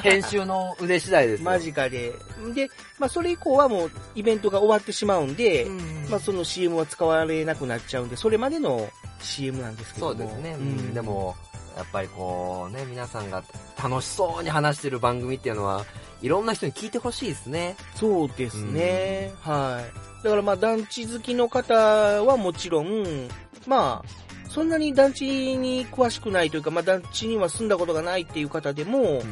Speaker 3: 編集の腕次第ですよ。
Speaker 2: 間近で。で、まあ、それ以降はもう、イベントが終わってしまうんで、
Speaker 3: うん
Speaker 2: まあ、その CM は使われなくなっちゃうんで、それまでの CM なんですけど
Speaker 3: そ
Speaker 2: も。
Speaker 3: うですね。
Speaker 2: ん
Speaker 3: で、も、やっぱりこうね、皆さんが楽しそうに話してる番組っていうのは、いろんな人に聞いてほしいですね。
Speaker 2: そうですね。はい。だからまあ団地好きの方はもちろん、まあ、そんなに団地に詳しくないというか、まあ団地には住んだことがないっていう方でも、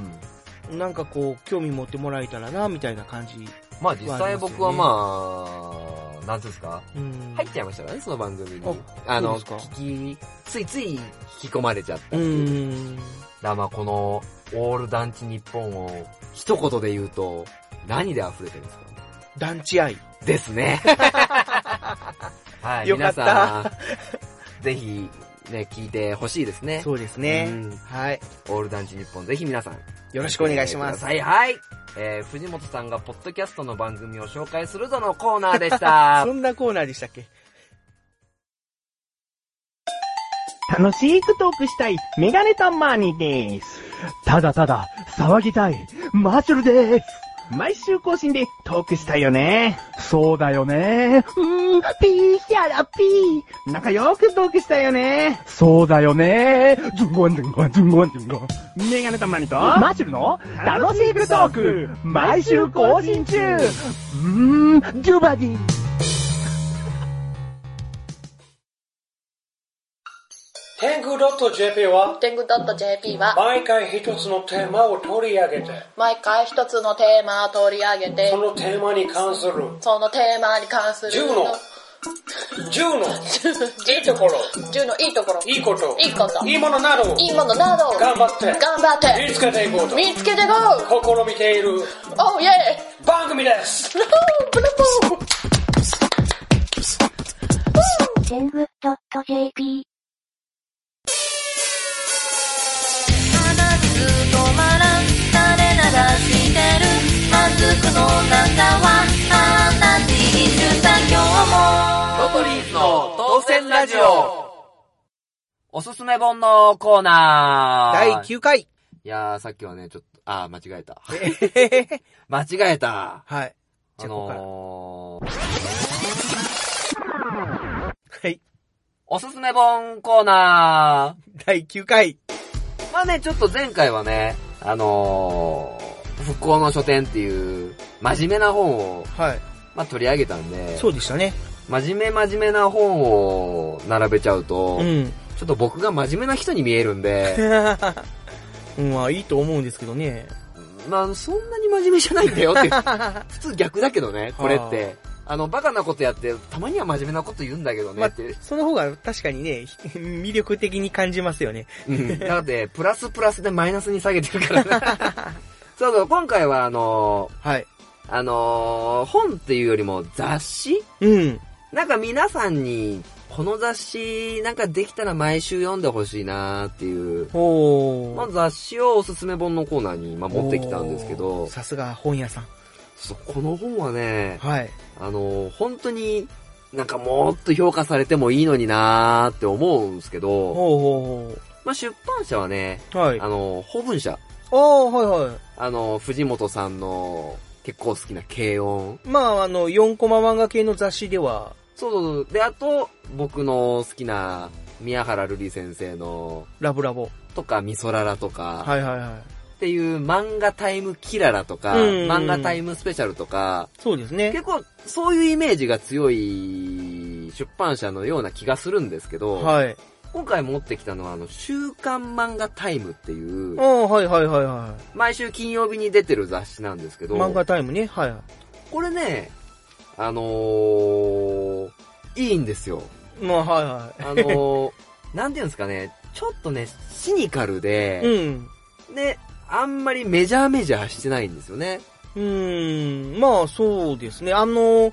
Speaker 2: なんかこう、興味持ってもらえたらな、みたいな感じ。
Speaker 3: まあ実際僕はまあ、なんていうんですか、
Speaker 2: うん。
Speaker 3: 入っちゃいましたからね、その番組に
Speaker 2: あ。
Speaker 3: あの、
Speaker 2: そうですか
Speaker 3: 聞き、ついつい引き込まれちゃった
Speaker 2: う
Speaker 3: っていう。だか
Speaker 2: ん。
Speaker 3: らまあこの、オール団地日本を一言で言うと、何で溢れてるんですか
Speaker 2: 団地愛。
Speaker 3: で
Speaker 2: *laughs*
Speaker 3: すね。はい、
Speaker 2: よか
Speaker 3: 皆
Speaker 2: った
Speaker 3: さん、ぜひ、ね、聞いてほしいですね。
Speaker 2: そうです
Speaker 3: う
Speaker 2: ね
Speaker 3: ん。
Speaker 2: はい。
Speaker 3: オール団地日本、ぜひ皆さん。
Speaker 2: よろしくお願いします。
Speaker 3: はい、はい。えー、藤本さんがポッドキャストの番組を紹介するぞのコーナーでした
Speaker 2: *laughs* そ。んなコーナーでしたっけ
Speaker 9: 楽しくトークしたい、メガネたまにです。ただただ、騒ぎたい、マッシュルです。毎週更新でトークしたいよね。そうだよね。うーん、ピーヒャラピー。仲良くトークしたいよね。そうだよね。ズンゴンズンゴンズンゴンズンゴン。メガネたまにと、マッシュルの楽しくトーク、毎週更新中。うーん、ジュバディ。
Speaker 10: 天狗 .jp は
Speaker 11: 天狗 .jp は
Speaker 10: 毎回一つのテーマを取り上げて
Speaker 11: 毎回一つのテーマを取り上げて
Speaker 10: そのテーマに関する
Speaker 11: そのテーマに関する
Speaker 10: 10の10のいいところ
Speaker 11: 10のいいところ
Speaker 10: いいこと
Speaker 11: いいこと
Speaker 10: いいものなどを
Speaker 11: いいものなどを
Speaker 10: 頑張って
Speaker 11: 頑張って
Speaker 10: 見つけていこうと
Speaker 11: 見つけてこ
Speaker 10: 試みている
Speaker 11: うおうイェ
Speaker 12: *laughs*
Speaker 11: イ
Speaker 10: 番組です
Speaker 11: ブルブルブル
Speaker 13: 天狗 .jp
Speaker 8: 止まらん垂れ流してるマスクの中はあなた20だ今
Speaker 3: ロトリーズの当選ラジオおすすめ本のコーナ
Speaker 2: 第
Speaker 3: ー
Speaker 2: 9回。
Speaker 3: いやー、さっきはね、ちょっと、あー、間違えた。間違えた。
Speaker 2: *laughs* はい。じゃあこ
Speaker 3: あ
Speaker 2: こから
Speaker 3: のー、
Speaker 2: はい。
Speaker 3: おすすめ本コーナ
Speaker 2: 第9回。
Speaker 3: ー。まあね、ちょっと前回はね、あのー、復興の書店っていう、真面目な本を、
Speaker 2: はい。
Speaker 3: まあ取り上げたんで、
Speaker 2: そうでしたね。
Speaker 3: 真面目真面目な本を並べちゃうと、
Speaker 2: うん。 *laughs*
Speaker 3: ちょっと僕が真面目な人に見えるんで、
Speaker 2: うん、まあいいと思うんですけどね。
Speaker 3: まあそんなに真面目じゃないんだよって、
Speaker 2: *laughs*
Speaker 3: 普通逆だけどね、これって。あの、バカなことやって、たまには真面目なこと言うんだけどね
Speaker 2: ま
Speaker 3: っ
Speaker 2: あ *laughs*
Speaker 3: て。、
Speaker 2: その方が確かにね、ひ魅力的に感じますよね。
Speaker 3: うん。だって、プラスプラスでマイナスに下げてるからね。
Speaker 2: *laughs*
Speaker 3: そうそう、今回はあの
Speaker 2: はい。
Speaker 3: ーあのー本っていうよりも雑誌
Speaker 2: うん。
Speaker 3: なんか皆さんに、この雑誌、なんかできたら毎週読んでほしいなーっていう、
Speaker 2: ほ
Speaker 3: まあ
Speaker 2: ー。
Speaker 3: 雑誌をおすすめ本のコーナーに今持ってきたんですけ
Speaker 2: おー
Speaker 3: ど、
Speaker 2: さすが本屋さん。
Speaker 3: そうこの本はね、
Speaker 2: はい。
Speaker 3: あのー本当になんかもっと評価されてもいいのになーって思うんですけど、
Speaker 2: ほうほう
Speaker 3: まあ出版社はね、
Speaker 2: ほう。はい。
Speaker 3: あのー、法文社、
Speaker 2: おー、はいはい。
Speaker 3: あの、藤本さんの結構好きな軽音。
Speaker 2: まあ、あの、4コマ漫画系の雑誌では、
Speaker 3: そうそうそう。で、あと、僕の好きな宮原瑠璃先生の、
Speaker 2: ラブラボ。
Speaker 3: とか、ミソララとか、
Speaker 2: はいはいはい。
Speaker 3: っていう漫画タイムキララとか、
Speaker 2: うんうん
Speaker 3: 漫画タイムスペシャルとか、
Speaker 2: そうですね。
Speaker 3: 結構そういうイメージが強い出版社のような気がするんですけど、
Speaker 2: はい。
Speaker 3: 今回持ってきたのは、あの、週刊漫画タイムっていう、
Speaker 2: おー、はいはいはいは
Speaker 3: 毎週金曜日に出てる雑誌なんですけ
Speaker 2: い。
Speaker 3: ど、
Speaker 2: 漫画タイムね。はいは
Speaker 3: これね、あのー、いいんですよ。
Speaker 2: い。まあ、はいは
Speaker 3: あの
Speaker 2: *laughs*
Speaker 3: ー、なんていうんですかね、ちょっとね、シニカル
Speaker 2: い。う
Speaker 3: で、
Speaker 2: ん。
Speaker 3: ね、あんまりメジャーメジャーしてないんですよね。
Speaker 2: うーん、まあそうですね。あの、う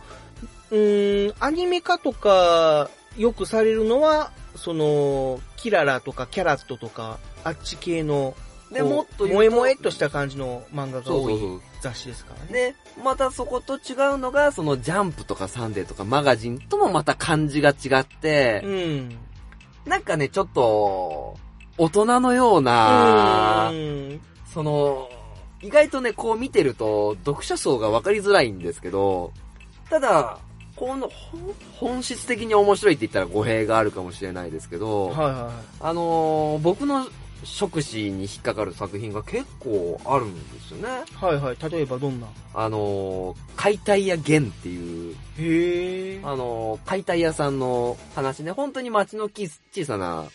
Speaker 2: ーん、アニメ化とかよくされるのは、その、キララとかキャラットとか、あっち系の、
Speaker 3: で、
Speaker 2: こう
Speaker 3: もっと言う
Speaker 2: 萌え萌えっとした感じの漫画が
Speaker 3: そう
Speaker 2: 多
Speaker 3: そう
Speaker 2: い
Speaker 3: そう。
Speaker 2: 雑誌ですからね。
Speaker 3: で、またそこと違うのが、そのジャンプとかサンデーとかマガジンともまた感じが違って、
Speaker 2: うん。
Speaker 3: なんかね、ちょっと、大人のような、
Speaker 2: うん。
Speaker 3: その、意外とね、こう見てると、読者層が分かりづらいんですけど、ただ、この、ほん本質的に面白いって言ったら語弊があるかもしれないですけど、
Speaker 2: はいは
Speaker 3: あのー僕の触手に引っかかる作品が結構あるんですよね。
Speaker 2: い。はいはい。例えばどんな
Speaker 3: あのー解体屋弦っていう、
Speaker 2: へえ。
Speaker 3: あのー解体屋さんの話ね、本当に街のき小さな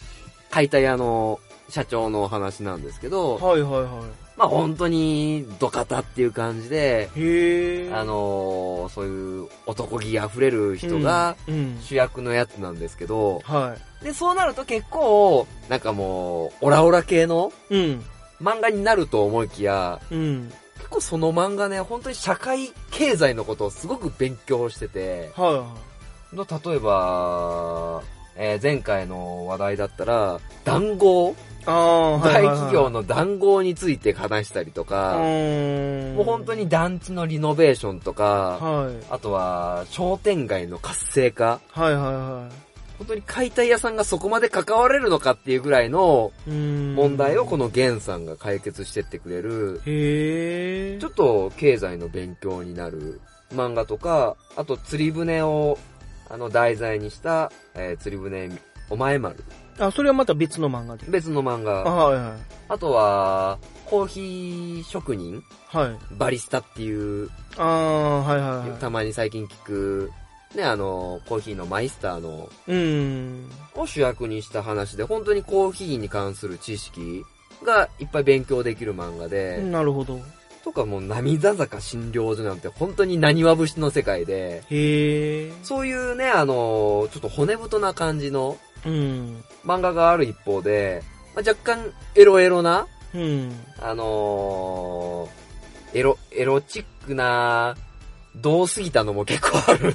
Speaker 3: 解体屋の社長のお話なんですけど、
Speaker 2: はいはいは
Speaker 3: まあ本当にドカタっていう感じで、
Speaker 2: い。へえ。
Speaker 3: あ、のーそういう男気あふれる人が
Speaker 2: うん。
Speaker 3: 主役のやつなんですけど、
Speaker 2: は
Speaker 3: で、そうなると結構、なんかもう、オラオラ系の
Speaker 2: い。うん。
Speaker 3: 漫画になると思いきや、
Speaker 2: うん。
Speaker 3: 結構その漫画ね、本当に社会経済のことをすごく勉強してて、
Speaker 2: はいは
Speaker 3: の例えば、えー前回の話題だったら、談合、
Speaker 2: あーはい
Speaker 3: 大
Speaker 2: はいはい
Speaker 3: 企業の談合について話したりとか、もう本当に団地のリノベーションとか、
Speaker 2: はい
Speaker 3: あとは商店街の活性化、
Speaker 2: はいはいはい。
Speaker 3: 本当に解体屋さんがそこまで関われるのかっていうぐらいの問題をこのゲンさんが解決してってくれる、
Speaker 2: へ
Speaker 3: ちょっと経済の勉強になる漫画とか、あと釣り船をあの題材にした、えー釣り船お前丸。
Speaker 2: あ、それはまた別の漫画で。
Speaker 3: 別の漫
Speaker 2: あ、
Speaker 3: 画。
Speaker 2: はいはい。
Speaker 3: あとは、コーヒー職人
Speaker 2: はい。
Speaker 3: バリスタっていう、
Speaker 2: ああ、はいはいはい。
Speaker 3: たまに最近聞く、ね、あの、コーヒーのマイスターの
Speaker 2: うん。
Speaker 3: を主役にした話で、本当にコーヒーに関する知識がいっぱい勉強できる漫画で、
Speaker 2: なるほど。
Speaker 3: とかもう涙坂診療所なんて本当に何わ節の世界で、
Speaker 2: へえ。
Speaker 3: そういうね、あの、ちょっと骨太な感じの
Speaker 2: うん。
Speaker 3: 漫画がある一方で、まあ、若干エロエロな、
Speaker 2: うん。
Speaker 3: あのーエロ、エロチックな、どうすぎたのも結構ある。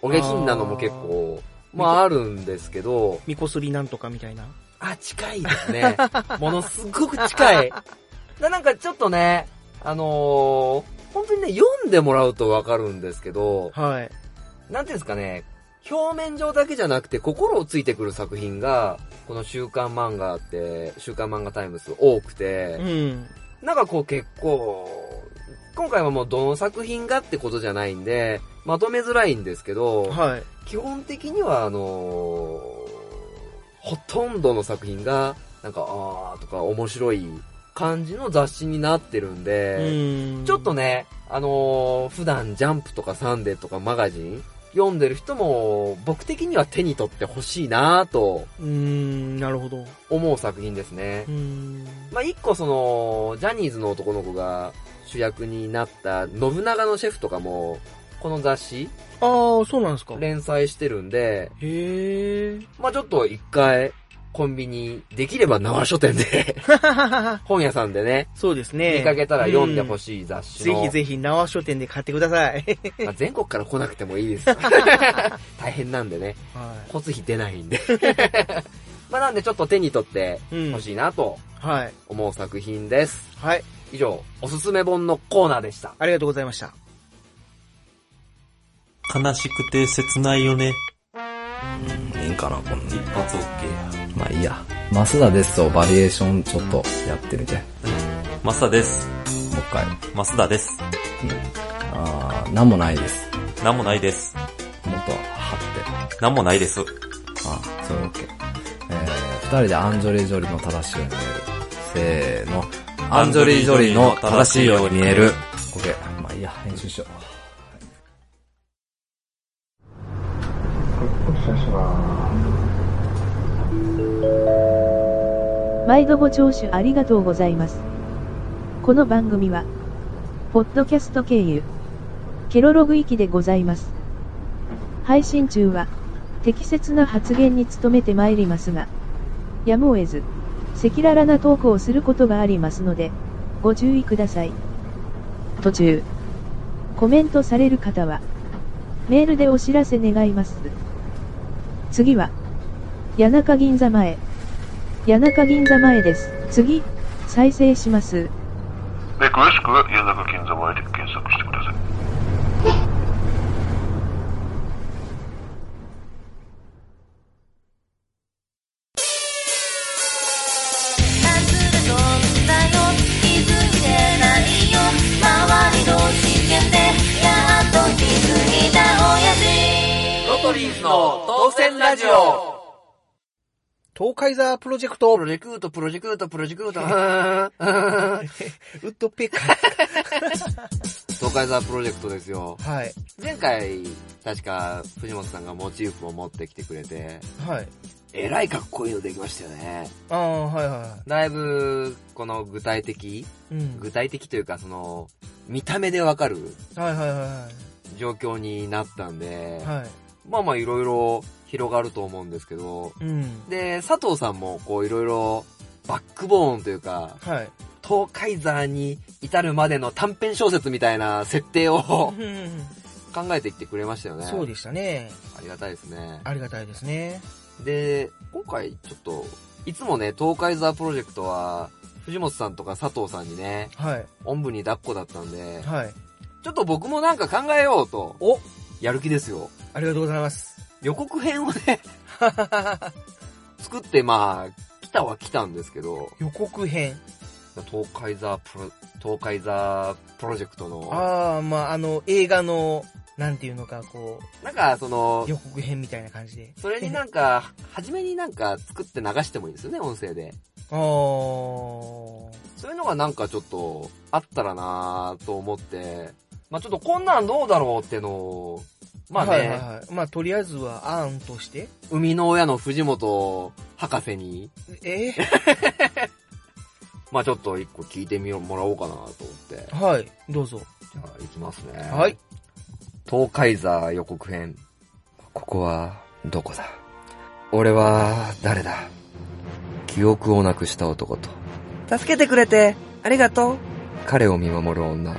Speaker 3: お下品なのも結構、まああるんですけど、
Speaker 2: みこすりなんとかみたいな。
Speaker 3: あ、近いですね。ものすごく近い。ななんかちょっとね、あのー本当にね、読んでもらうとわかるんですけど、
Speaker 2: はい。
Speaker 3: なんていうんですかね、表面上だけじゃなくて心をついてくる作品が、この週刊漫画って、週刊漫画タイムス多くて
Speaker 2: う、ん。
Speaker 3: なんかこう結構、今回はもうどの作品がってことじゃないんで、まとめづらいんですけど、
Speaker 2: はい。
Speaker 3: 基本的にはあのーほとんどの作品が、なんか、あーとか面白い感じの雑誌になってるんで、
Speaker 2: うん。
Speaker 3: ちょっとね、あのー普段ジャンプとかサンデーとかマガジン読んでる人も、僕的には手に取ってほしいなと
Speaker 2: うん、なるほど。
Speaker 3: 思う作品ですね
Speaker 2: う。ん。
Speaker 3: まあ、一個その、ジャニーズの男の子が主役になった信長のシェフとかも、この雑誌
Speaker 2: ああ、そうなんですか。へ
Speaker 3: 連載してるんで、
Speaker 2: え。
Speaker 3: まあちょっと一回、コンビニ、できれば縄書店で、 *laughs* 本屋さんでね、
Speaker 2: そうですね。
Speaker 3: 見かけたら読んでほ
Speaker 2: い。
Speaker 3: しい雑誌
Speaker 2: ぜ
Speaker 3: の、
Speaker 2: ひぜひ、縄書店で買ってください。
Speaker 3: まあ全国から来なくてもいい
Speaker 2: *laughs*
Speaker 3: です。大変なんでね、
Speaker 2: は
Speaker 3: 交通費出ない
Speaker 2: *laughs*
Speaker 3: んで。まあなんでちょっと手に取って
Speaker 2: い。うん。
Speaker 3: ほしいなと
Speaker 2: はい。
Speaker 3: 思う作品です。
Speaker 2: はい。
Speaker 3: 以上、おすすめ本のコーナーでした。
Speaker 2: ありがとうございました。
Speaker 14: 悲しくて切ないよね。
Speaker 15: いいんかな、こんな。
Speaker 14: 一発 OK や。
Speaker 15: まあいいや。マスダですをバリエーションちょっとやってみて。も
Speaker 14: マスダです。
Speaker 15: う一回。
Speaker 14: マスダです。
Speaker 15: あー、なんもないです。
Speaker 14: なんもないです。
Speaker 15: もっと張って。
Speaker 14: なんもないです。
Speaker 15: あ、それ OK。えー、二人でアンジョリージョリの正しいように見える。せーの。アンジョリージョリの正しいように見える。OK。まあいいや、編集しよう。
Speaker 12: 毎度ご聴取ありがとうございます。この番組は、ポッドキャスト経由、ケロログ域でございます。配信中は、適切な発言に努めてまいりますが、やむを得ず、赤裸々なトークをすることがありますので、ご注意ください。途中、コメントされる方は、メールでお知らせ願います。次は、谷中銀座前。谷中銀座前です。次、再生します。
Speaker 16: で、詳しくは、谷中金座前で検索してください。
Speaker 3: ロトリーズの当選ラジオ
Speaker 2: 東海ザープロジェクト
Speaker 3: プロジェクト、プロジェクト、プロジェクト。ウッドペッカ *laughs* 東海ザープロジェクトですよ。
Speaker 2: はい。
Speaker 3: 前回、確か藤本さんがモチーフを持ってきてくれて、
Speaker 2: はい。
Speaker 3: えらいかっこいいのできましたよね。
Speaker 2: ああ、はいは
Speaker 3: だいぶ、この具体的、
Speaker 2: い。うん。
Speaker 3: 具体的というかその、見た目でわかる
Speaker 2: はいはいは
Speaker 3: 状況になったんで
Speaker 2: い。、はい。
Speaker 3: まあまあいろいろ広がると思うんですけど、
Speaker 2: うん。
Speaker 3: で、佐藤さんもこういろいろバックボーンというか、
Speaker 2: はい。
Speaker 3: 東海ザーに至るまでの短編小説みたいな設定を *laughs* 考えてきてくれましたよね。
Speaker 2: そうでしたね。
Speaker 3: ありがたいですね。
Speaker 2: ありがたいですね。
Speaker 3: で、今回ちょっと、いつもね、東海ザープロジェクトは、藤本さんとか佐藤さんにね、
Speaker 2: はい。
Speaker 3: おんぶに抱っこだったんで、
Speaker 2: はい。
Speaker 3: ちょっと僕もなんか考えようと、
Speaker 2: お
Speaker 3: やる気ですよ。
Speaker 2: ありがとうございます。
Speaker 3: 予告編をね、 *laughs* 作ってまあ、来たは来たんですけど、
Speaker 2: 予告編。
Speaker 3: 東海ザープロ、東海ザープロジェクトの、
Speaker 2: ああ、まあ、あの、映画の、なんていうのか、こう、
Speaker 3: なんかその、
Speaker 2: 予告編みたいな感じで。
Speaker 3: それになんか、初めになんか作って流してもいいですよね、音声で。
Speaker 2: あー。
Speaker 3: そういうのがなんかちょっと、あったらなぁと思って、まあちょっとこんなんどうだろうってのを、まあね、
Speaker 2: はいはいはい。まあ、とりあえずは案として。
Speaker 3: 生みの親の藤本博士に、
Speaker 2: え
Speaker 3: まあちょっと一個聞いてみよう、もらおうかなと思って。
Speaker 2: はい。どうぞ。
Speaker 3: じゃあ、いきますね。
Speaker 2: はい。
Speaker 3: 東海ザー予告編。ここは、どこだ俺は、誰だ記憶をなくした男と、助けてくれて、ありがとう。彼を見守る女。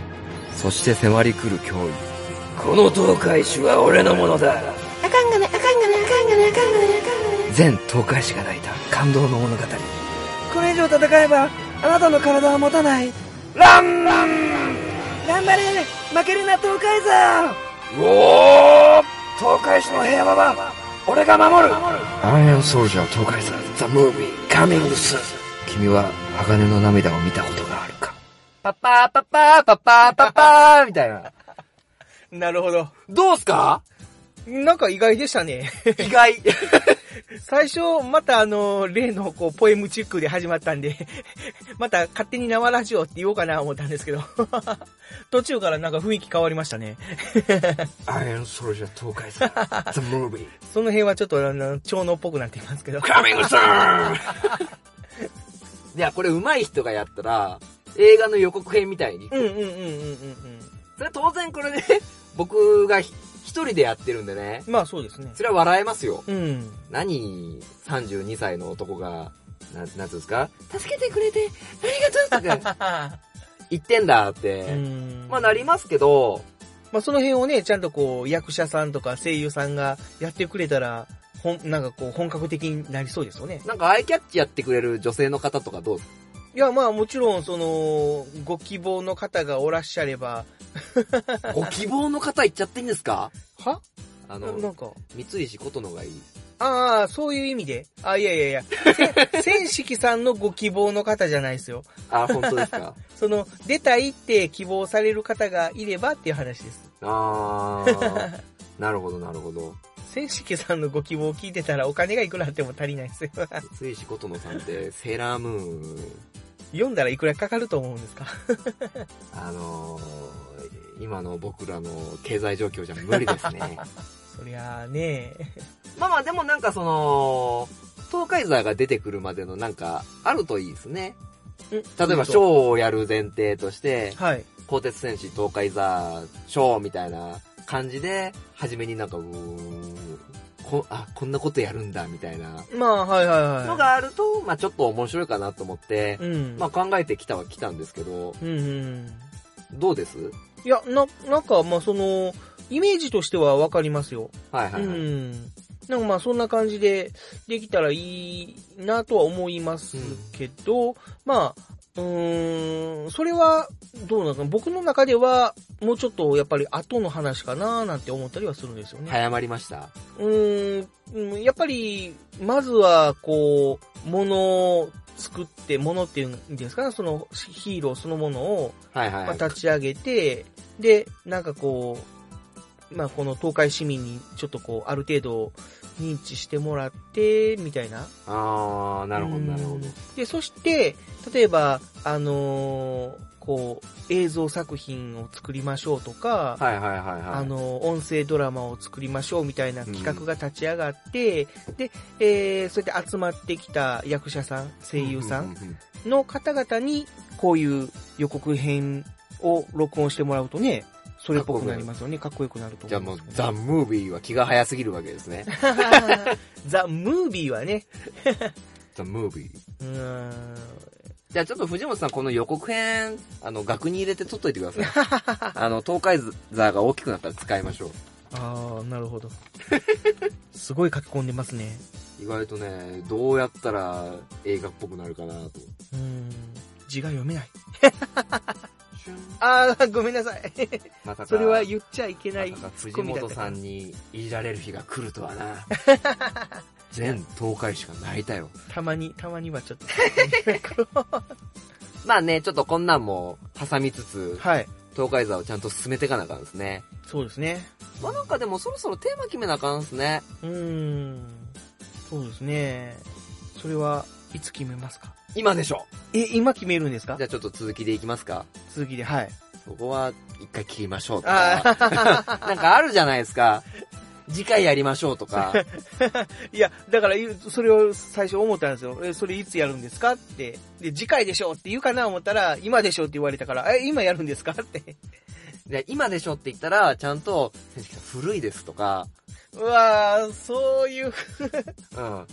Speaker 3: そして迫り来る脅威。この東海市は俺のものだ。
Speaker 11: あかんがな、あかんがな、あかんがな、あかんがな、あかんがな。
Speaker 3: 全東海市が抱いた感動の物語。
Speaker 10: これ以上戦えば、あなたの体は持たない。
Speaker 3: ランラン
Speaker 10: 頑張れ負けるな、東海ザ
Speaker 3: うおー東海市の平和は、俺が守る Iron Soldier 東海さん The Movie Coming Soon 君は鋼の涙を見たことがあるかパパーパパーパパーパパーみたいな。
Speaker 2: なるほど。
Speaker 3: どうすか
Speaker 2: なんか意外でしたね。 *laughs*
Speaker 3: 意外。
Speaker 2: 最初、またあの、例のこう、ポエムチックで始まったんで、 *laughs* また勝手に生ラジオって言おうかな思ったんですけど、 *laughs* 途中からなんか雰囲気変わりましたね。 *laughs*
Speaker 3: Iron Soldier 東海 *laughs* さん The Movie
Speaker 2: その辺はちょっと、あの、超能っぽくなっています
Speaker 3: *laughs*
Speaker 2: けど。
Speaker 3: Coming Soon いや、これ上手い人がやったら、映画の予告編みたいに。
Speaker 2: うんうんうんうんうん
Speaker 3: それ当然これね、僕がひ一人でやってるんでね
Speaker 2: う。ん。まあそうですね。
Speaker 3: それは笑えますよ。 *laughs*
Speaker 2: うん。
Speaker 3: 何、32歳の男が、ななんていうんですか助けてくれて、あり
Speaker 2: *laughs*
Speaker 3: がとうとか言ってんだって、
Speaker 2: うん
Speaker 3: まあなりますけど、
Speaker 2: まあその辺をね、ちゃんとこう、役者さんとか声優さんがやってくれたら、ほん、なんかこう、本格的になりそうですよね。
Speaker 3: なんかアイキャッチやってくれる女性の方とかど
Speaker 2: *laughs*
Speaker 3: うです
Speaker 2: いや、まあもちろん、その、ご希望の方がおらっしゃれば、
Speaker 3: かご希望の方言っちゃっていいんですか
Speaker 2: は
Speaker 3: あ
Speaker 2: ななん
Speaker 3: の、
Speaker 2: か、
Speaker 3: 三石琴乃がいい。
Speaker 2: ああ、そういう意味で。あ、いやいやいや。せ
Speaker 3: *laughs*
Speaker 2: 千式さんのご希望の方じゃないですよ。
Speaker 3: あ、本当で
Speaker 2: *laughs*
Speaker 3: すか
Speaker 2: その、出たいって希望される方がいればっていう話です。
Speaker 3: あー、なるほどなるほど。
Speaker 2: 千式さんのご希望を聞いてたらお金がいくらあっても足りないですよ。 *laughs*
Speaker 3: 三石琴乃さんって、セーラームーン、
Speaker 2: 読んだらいくらかかると思うんですか
Speaker 3: あのー、今の僕らの経済状況じゃ無理ですね。
Speaker 2: そりゃあね
Speaker 3: まあまあでもなんかその、東海ザーが出てくるまでのなんか、あるといいですね。
Speaker 2: 例
Speaker 3: 例えば、ショーをやる前提として、
Speaker 2: はい。
Speaker 3: 鋼鉄戦士東海ザー、ショーみたいな感じで、初めになんか、うーん、こ、あ、こんなことやるんだ、みたいな
Speaker 2: まあ、はいはいはい。
Speaker 3: のがあると、まあちょっと面白いかなと思って
Speaker 2: う、ん。
Speaker 3: まあ考えてきたは来たんですけど、
Speaker 2: うんうん。
Speaker 3: どうです
Speaker 2: いや、な、なんか、まあその、イメージとしてはわかりますよ。
Speaker 3: はいはい、
Speaker 2: う
Speaker 3: はい
Speaker 2: ん。なんかまあそんな感じでできたらいいなとは思いますけど、まあ、うーん、それはどうなのかな僕の中ではもうちょっとやっぱり後の話かななんて思ったりはするんですよね。
Speaker 3: 早まりました。
Speaker 2: うーんうん、やっぱり、まずはこう、物を作って、物っていうんですかね、そのヒーローそのものを
Speaker 3: はいはい、
Speaker 2: ま
Speaker 3: は
Speaker 2: あ
Speaker 3: い。
Speaker 2: 立ち上げて、で、なんかこう、まあこの東海市民にちょっとこう、ある程度認知してもらって、みたいな。
Speaker 3: あー、なるほどなるほ
Speaker 2: うん
Speaker 3: ど。。
Speaker 2: で、そして、例えば、あのーこう、映像作品を作りましょうとか、
Speaker 3: はいはいはいはい。
Speaker 2: あの、音声ドラマを作りましょうみたいな企画が立ち上がって、で、えー、そうやって集まってきた役者さん、声優さん
Speaker 3: うううう
Speaker 2: の方々に、こういう予告編を録音してもらうとね、それっぽくなりますよね。かっこよくなると
Speaker 3: じゃあ
Speaker 2: 思
Speaker 3: も
Speaker 2: う、
Speaker 3: うん
Speaker 2: ですけ
Speaker 3: ザ・
Speaker 2: ど。
Speaker 3: ムービーは気が早すぎるわけです *laughs* ね。
Speaker 2: *laughs* ザ・ムービーはね、
Speaker 3: ザ・ムービー。
Speaker 2: うーん、
Speaker 3: じゃあちょっと藤本さん、この予告編、あの、額に入れて取っといてください。 *laughs* あの、東海座が大きくなったら使いましょう。
Speaker 2: ああ、なるほ *laughs* ど。すごい書き込んでますね。
Speaker 3: 意外とね、どうやったら映画っぽくなるかなと。
Speaker 2: うーん。字が読めない。 *laughs* ああ、ごめんなさい。
Speaker 3: まさか
Speaker 2: *laughs* それは言っちゃいけない
Speaker 3: まさか
Speaker 2: ツッ
Speaker 3: 藤
Speaker 2: コミだった
Speaker 3: 本さんにいじられる日が来るとは *laughs* な。全東海しか泣いたよ。
Speaker 2: たまに、たまにはちょっと。
Speaker 3: まあね、ちょっとこんなんも挟みつつ、
Speaker 2: *laughs* はい。
Speaker 3: 東海座をちゃんと進めていかなあかんですね。
Speaker 2: そうですね。
Speaker 3: まあなんかでもそろそろテーマ決めなあかんですね。
Speaker 2: うーん。そうですね。それはいつ決めますか
Speaker 3: 今でしょ
Speaker 2: え、今決めるんですか
Speaker 3: じゃあちょっと続きでいきますか。
Speaker 2: 続きで、はい。
Speaker 3: ここは一回切りましょうと
Speaker 2: あ
Speaker 3: か。 *laughs* なんかあるじゃないですか。次回やりましょう
Speaker 2: *laughs*
Speaker 3: とか。
Speaker 2: いや、だから、いそれを最初思ったんですよ。え、それいつやるんですかって。で、次回でしょうって言うかな思ったら、今でしょうって言われたから、え、今やるんですかって。 *laughs*
Speaker 3: で今でしょって言ったら、ちゃんと、先生古いですとか、
Speaker 2: うわー、そういう。
Speaker 3: うん。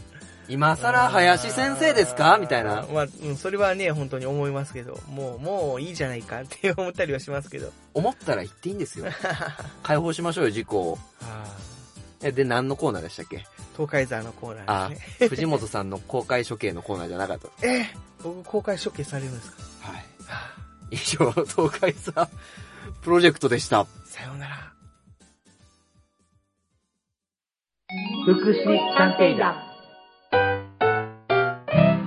Speaker 3: 今更林先生ですかみたいな。
Speaker 2: まあ、うん、それはね、本当に思いますけど、もう、もういいじゃないかって思ったりはしますけど。
Speaker 3: 思ったら言っていいんですよ。解放しましょうよ、事故を。えで、何のコーナーでしたっ
Speaker 2: *laughs*
Speaker 3: け
Speaker 2: 東海座のコーナー
Speaker 3: あ
Speaker 2: ですね。、
Speaker 3: 藤本さんの公開処刑のコーナーじゃなかった。
Speaker 2: えー僕公開処刑されるんですか
Speaker 3: はい。
Speaker 2: *laughs*
Speaker 3: 以上、東海座プロジェクトでした。
Speaker 2: さようなら。
Speaker 9: 福祉探偵団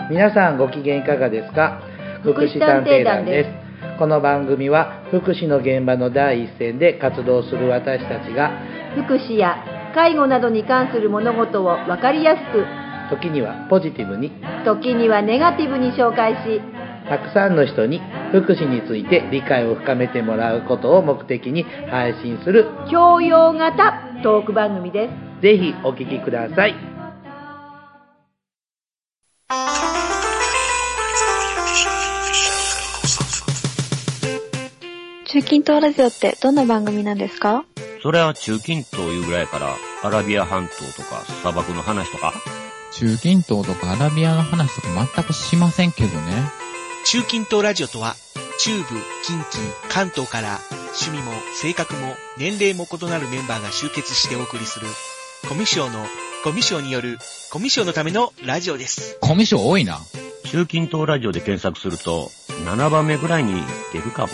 Speaker 9: 皆さんご機嫌いかがですか
Speaker 8: 福祉探偵団です
Speaker 9: この番組は福祉の現場の第一線で活動する私たちが
Speaker 8: 福祉や介護などに関する物事を分かりやすく
Speaker 9: 時にはポジティブに
Speaker 8: 時にはネガティブに紹介した
Speaker 9: くさんの人に福祉について理解を深めてもらうことを目的に配信する
Speaker 8: 教養型トーク番組です
Speaker 9: ぜひお聞きください
Speaker 17: 中近東ラジオってどんな番組なんですか
Speaker 7: それは中近東いうぐらいから、アラビア半島とか砂漠の話とか。
Speaker 18: 中近東とかアラビアの話とか全くしませんけどね。
Speaker 5: 中近東ラジオとは、中部、近畿、関東から、趣味も性格も年齢も異なるメンバーが集結してお送りする、コミュ障の、コミュ障による、コミュ障のためのラジオです。
Speaker 18: コミュ障多いな。
Speaker 7: 中近東ラジオで検索すると、7番目ぐらいに出るかも。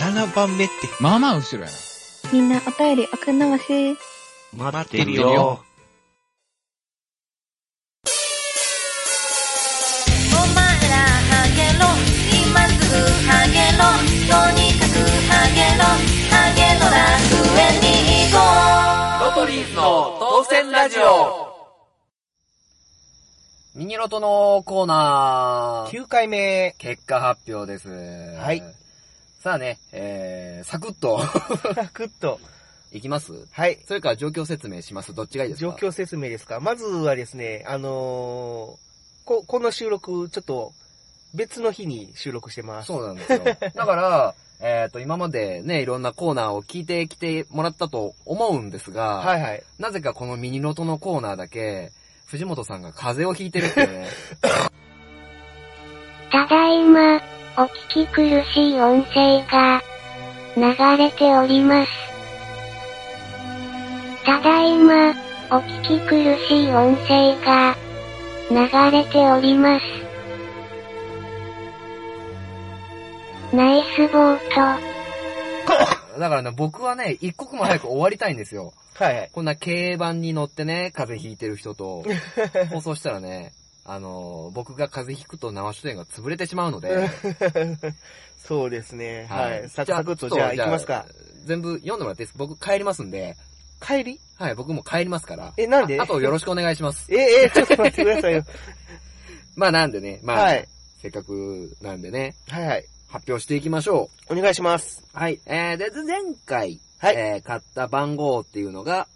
Speaker 5: 7番目って。
Speaker 18: まあまあ後ろや
Speaker 17: みんなお便り送んなまし。
Speaker 7: 待って
Speaker 18: るよ。
Speaker 11: お前らハゲろ今すぐハゲろとにかくハゲろハゲの楽園に行こう
Speaker 3: ロトリーズの当選ラジオミニロトのコーナー。
Speaker 2: 9回目。
Speaker 3: 結果発表です。はい。さあね、えー、サクッと。 *laughs* サ
Speaker 2: クッと。
Speaker 3: いきます
Speaker 2: はい。
Speaker 3: それから状況説明します。どっちがいいです
Speaker 2: 状
Speaker 3: か
Speaker 2: 況説明ですか。まずはですね、あのーこ、この収録、ちょっと、別の日に収録してます。
Speaker 3: そうな
Speaker 2: *laughs*
Speaker 3: んですよ。だから、えっ、と、今までね、いろんなコーナーを聞いてきてもらったと思うんですが、
Speaker 2: はいはい。
Speaker 3: なぜかこのミニノートのコーナーだけ、藤本さんが風邪をひいてるっていうね。
Speaker 6: *laughs* ただいま、お聞き苦しい音声が流れております。ただいま、お聞き苦しい音声が流れております。ナイスボート。
Speaker 3: だからね、僕はね、一刻も早く終わりたいんですよ。
Speaker 2: はい *laughs* はい。
Speaker 3: こんな軽バンに乗ってね、風邪ひいてる
Speaker 2: *laughs*
Speaker 3: 人と、放送したらね、あのー僕が風邪ひくと縄書店が潰れてしまうので、
Speaker 2: そうですね。
Speaker 3: は
Speaker 2: はいい。サクサクっと、じゃあ
Speaker 3: じゃ
Speaker 2: 行きま
Speaker 3: あ
Speaker 2: すか。
Speaker 3: 全部読んでもらっていいです僕帰りますんで、
Speaker 2: 帰り
Speaker 3: はい、僕もう帰りますから。
Speaker 2: え、なんで
Speaker 3: あとよろしくお願いします。
Speaker 2: え、え、ちょっと待ってくださいよ。
Speaker 3: まあなんでね、まあ、
Speaker 2: はい
Speaker 3: せっかくなんでね、
Speaker 2: はいはい。
Speaker 3: 発表していきましょ
Speaker 2: お願いします。
Speaker 3: う。はい。えー、で、前回、
Speaker 2: はい
Speaker 3: えー買った番号っていうのが、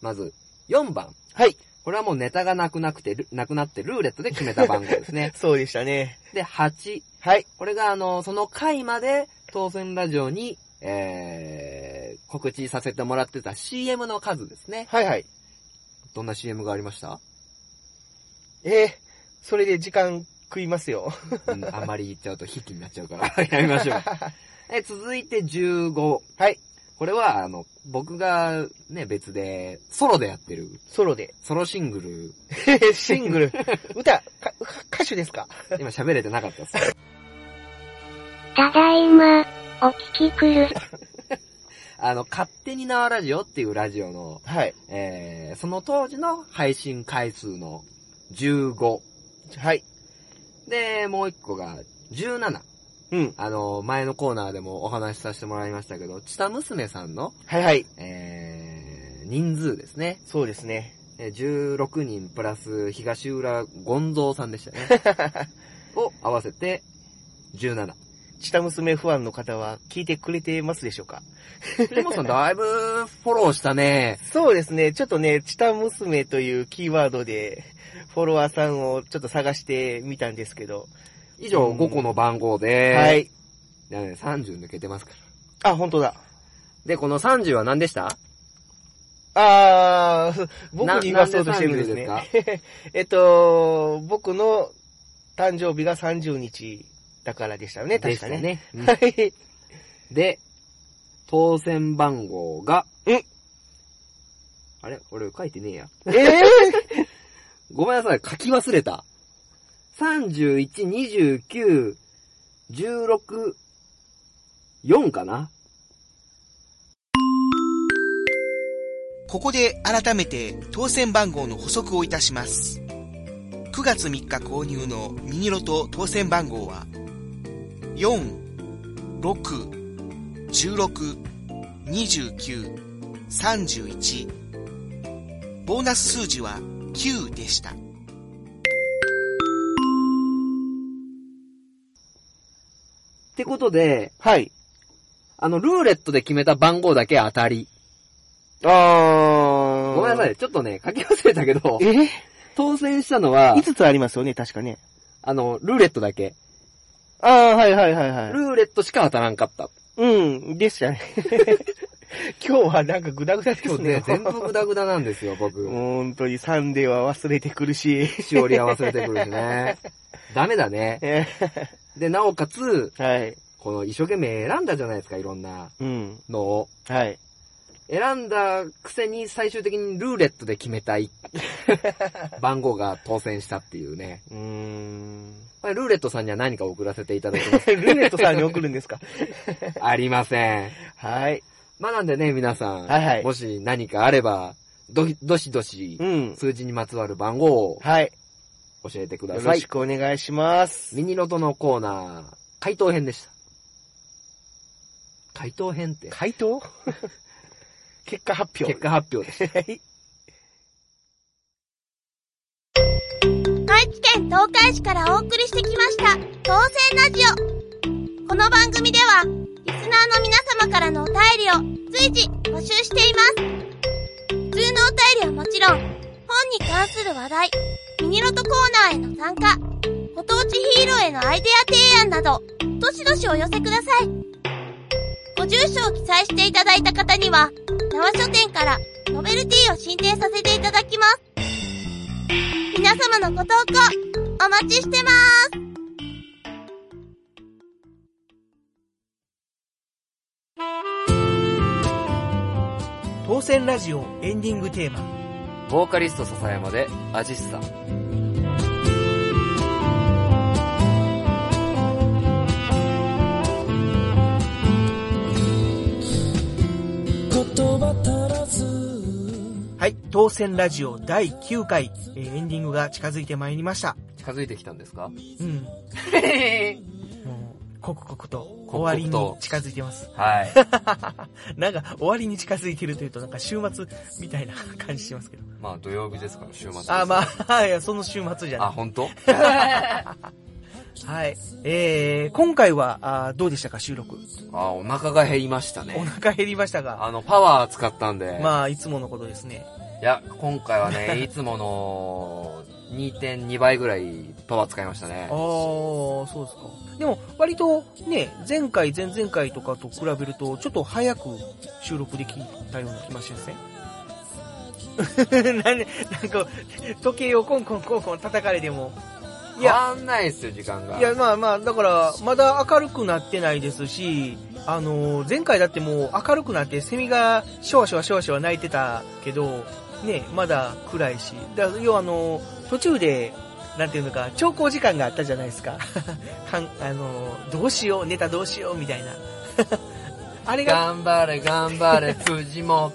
Speaker 3: まず、4番。
Speaker 2: はい。。
Speaker 3: これはもうネタがなくなくて、ルなくなってルーレットで決めた番号ですね
Speaker 2: *laughs* そうでしたね。
Speaker 3: で、8。
Speaker 2: はい。
Speaker 3: これが、あの、その回まで、当選ラジオに、えー、告知させてもらってた CM の数ですね。
Speaker 2: はいはい。
Speaker 3: どんな CM がありました
Speaker 2: えーそれで時間食いますよ。
Speaker 3: うんあまり言っちゃうと、引きになっちゃうから、 *laughs* やめましょう。え続いて15。
Speaker 2: はい。
Speaker 3: これは、あの、僕がね、別で、ソロでやってる。
Speaker 2: ソロで。
Speaker 3: ソロシング *laughs* ル。
Speaker 2: シングル。歌、か歌手ですか
Speaker 3: *laughs* 今喋れてなかったっす。
Speaker 13: ただいま、お聞き苦し、
Speaker 3: *laughs* あの、勝手に縄ラジオっていうラジオの、
Speaker 2: はい。
Speaker 3: えー、その当時の配信回数の15。
Speaker 2: はい。
Speaker 3: で、もう一個が17。
Speaker 2: うん。
Speaker 3: あの、前のコーナーでもお話しさせてもらいましたけど、チタ娘さんの、
Speaker 2: はいはい。
Speaker 3: えー、人数ですね。
Speaker 2: そうですね。
Speaker 3: えー16人プラス東浦ゴンゾーさんでしたね。 *laughs* を合わせて17。
Speaker 2: チタ娘ファンの方は聞いてくれてますでしょうか
Speaker 3: リモさんだいぶフォローしたね。
Speaker 2: そうですね。ちょっとね、チタ娘というキーワードで、フォロワーさんをちょっと探してみたんですけど。
Speaker 3: 以上5個の番号で、
Speaker 2: は。い。
Speaker 3: だね、30抜けてますから。
Speaker 2: あ、本当だ。
Speaker 3: で、この30は何でした
Speaker 2: あー、僕に言わそうとしてるんです
Speaker 3: なな
Speaker 2: ね
Speaker 3: ん。
Speaker 2: *laughs* えっと、僕の誕生日が30日だからでしたよね、確
Speaker 3: でし
Speaker 2: か
Speaker 3: た
Speaker 2: ね。
Speaker 3: ね。うん
Speaker 2: はい。
Speaker 3: で、当選番号が、
Speaker 2: え
Speaker 3: あれ俺書いてねえや。
Speaker 2: えー、
Speaker 3: *laughs* ごめんなさい、書き忘れた。31、29、16、4かな
Speaker 2: ここで改めて当選番号の補足をいたします。9月3日購入のミニロト当選番号は、4、6、16、29、31。ボーナス数字は9でした。
Speaker 3: ってことで、
Speaker 2: はい。
Speaker 3: あの、ルーレットで決めた番号だけ当たり。
Speaker 2: あー。
Speaker 3: ごめんなさ
Speaker 2: い。
Speaker 3: い、ちょっとね、書き忘れたけど、
Speaker 2: え
Speaker 3: 当選したのは、
Speaker 2: ?5 つありますよね、確かね。
Speaker 3: あの、ルーレットだけ。
Speaker 2: あー、はいはいはい
Speaker 3: ル
Speaker 2: は
Speaker 3: ーレットしか当たらんかった。
Speaker 2: うん、でしたね。 *laughs* 今日はなんかグダグダです
Speaker 3: 今日
Speaker 2: ね
Speaker 3: ね、。全部グダグダなんですよ、
Speaker 2: *laughs*
Speaker 3: 僕。
Speaker 2: 本当にサンデーは忘れてくるし。 *laughs*
Speaker 3: しおりは忘れてくるしね。 *laughs* ダメだね。
Speaker 2: え
Speaker 3: で、なおかつ、
Speaker 2: はい。
Speaker 3: この一生懸命選んだじゃないですか、いろんな
Speaker 2: うん。
Speaker 3: のを。
Speaker 2: はい。
Speaker 3: 選んだくせに最終的にルーレットで決め
Speaker 2: *laughs*
Speaker 3: たい番号が当選したっていうね。
Speaker 2: うーん。。
Speaker 3: これルーレットさんには何か送らせていただきます
Speaker 2: *laughs* ルーレットさんに送るんですか
Speaker 3: ありません。
Speaker 2: はい。
Speaker 3: まあなんでね、皆さん。
Speaker 2: *laughs* はいはい
Speaker 3: もし何かあれば、ど、どしどし
Speaker 2: う、ん。
Speaker 3: 数字にまつわる番号を
Speaker 2: はい。
Speaker 3: 教えてくだ
Speaker 2: よ
Speaker 3: さ
Speaker 2: ろ
Speaker 3: い。
Speaker 2: しくお願いします。
Speaker 3: ミニロトのコーナー、回答編でした。回答編って
Speaker 2: 回答 *laughs* 結果発
Speaker 3: 結
Speaker 2: 表。
Speaker 3: 果発表でした。
Speaker 11: 愛知県東海市からお送りしてきました、当選ラジオ。この番組では、リスナーの皆様からのお便りを随時募集しています。普通のお便りはもちろん、本に関する話題、ミニロトコーナーへの参加、ご当地ヒーローへのアイデア提案など、どしどしお寄せください。ご住所を記載していただいた方には、縄書店からノベルティを進呈させていただきます。皆様のご投稿、お待ちしてます。
Speaker 2: 当選ラジオエンディングテーマ。
Speaker 3: *laughs* ボーカリスト笹山で、アジッサ。
Speaker 2: はい。当選ラジオ第9回、えーエンディングが近づいてまいりました。
Speaker 3: 近づいてきたんです
Speaker 2: *laughs*
Speaker 3: か
Speaker 2: うん。もう、刻々と終わり
Speaker 3: 刻々
Speaker 2: に
Speaker 3: と
Speaker 2: 近づいてます。
Speaker 3: はい。
Speaker 2: なんか、終わりに近づいてるというと、なんか週末みたいな感じしますけど。
Speaker 3: まあ土曜日ですから、週末です。
Speaker 2: あ、まあ、いや、その週末じゃ
Speaker 3: あ、
Speaker 2: な
Speaker 3: 本当？
Speaker 2: い。はい。えー、今回は、あーどうでしたか、収録。
Speaker 3: あ、お腹が減りました
Speaker 2: お
Speaker 3: ね。
Speaker 2: 腹減りましたが。
Speaker 3: あの、パワー使ったんで。
Speaker 2: まあ、いつものことですね。
Speaker 3: いや、今回は
Speaker 2: *laughs*
Speaker 3: ね、いつもの2.2倍ぐらいパワー使いました
Speaker 2: あ
Speaker 3: ね
Speaker 2: あ。、そうですか。でも、割と、ね、前回、前々回とかと比べると、ちょっと早く収録できたような気がしませんなんで、なんか、時計をコンコンコンコン叩かれても、
Speaker 3: 変わんないですよ、時間が。
Speaker 2: いや、まあまあ、だから、まだ明るくなってないですし、あのー前回だってもう明るくなって、セミがシュワシュワシュワシュワ鳴いてたけど、ね、まだ暗いし、だから要はあのー途中で、なんていうのか、調光時間があったじゃないですか。 *laughs* かんあのーどうしよう、ネタどうしよう、みたいな。 *laughs* あれが
Speaker 3: 頑張れ、頑張れ、
Speaker 2: *laughs*
Speaker 3: 藤本。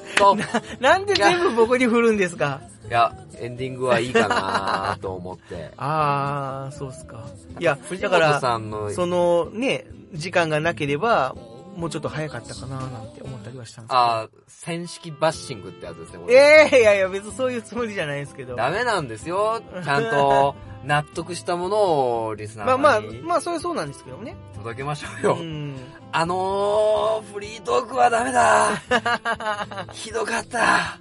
Speaker 2: ななんで全部僕に振るんですか
Speaker 3: いや、エンディングはいいかなと思って。
Speaker 2: ああ、そうっすか。いや、
Speaker 3: *laughs* 藤
Speaker 2: だ
Speaker 3: 本
Speaker 2: から、
Speaker 3: さんの
Speaker 2: そのね、時間がなければ、もうちょっと早かったかななんて思ったりはしたんです
Speaker 3: ああ、戦式バッシングってやつですね、こ
Speaker 2: けど。え
Speaker 3: れ
Speaker 2: えいやいや、別にそういうつもりじゃないですけど。
Speaker 3: ダメなんですよ。ちゃん *laughs* と、納得したものをリスナ
Speaker 2: まあまあ
Speaker 3: ーに、
Speaker 2: まあ、それはそうなんですけどね。
Speaker 3: 届けましょうよ。
Speaker 2: うん。
Speaker 3: あのー、フリートークはダメだ。 *laughs* ひどかった。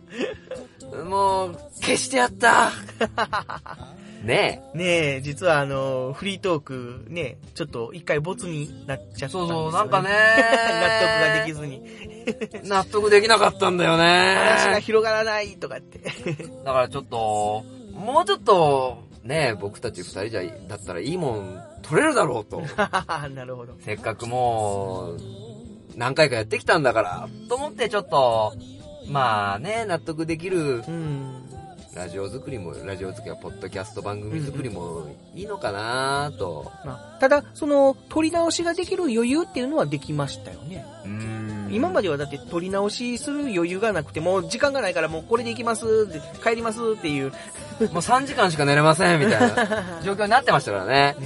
Speaker 3: もう、消してや *laughs* った。ね
Speaker 2: ねえ、実はあの、フリートーク、ね、ちょっと一回ボツになっちゃったんですよ、ね。
Speaker 3: そうそうなんかね
Speaker 2: *laughs* 納得ができずに。
Speaker 3: え。納得できなかったんだよ
Speaker 2: 話が
Speaker 3: ね。
Speaker 2: 広がらないとかって。
Speaker 3: だからちょっと、もうちょっと、ねえ、僕たち二人じゃ、だったらいいもん取れるだろうと。
Speaker 2: なるほど。
Speaker 3: せっかくもう、何回かやってきたんだから、と思ってちょっと、まあね、納得できる、ラジオ作りも、ラジオ作りは、ポッドキャスト番組作りもいいのかなと。
Speaker 2: まあただ、その、取り直しができる余裕っていうのはできましたよね。今まではだって取り直しする余裕がなくて、もう時間がないからもうこれで行きます、で帰りますっていう。
Speaker 3: もう3時間しか寝れません、みたいな状況になってましたからね。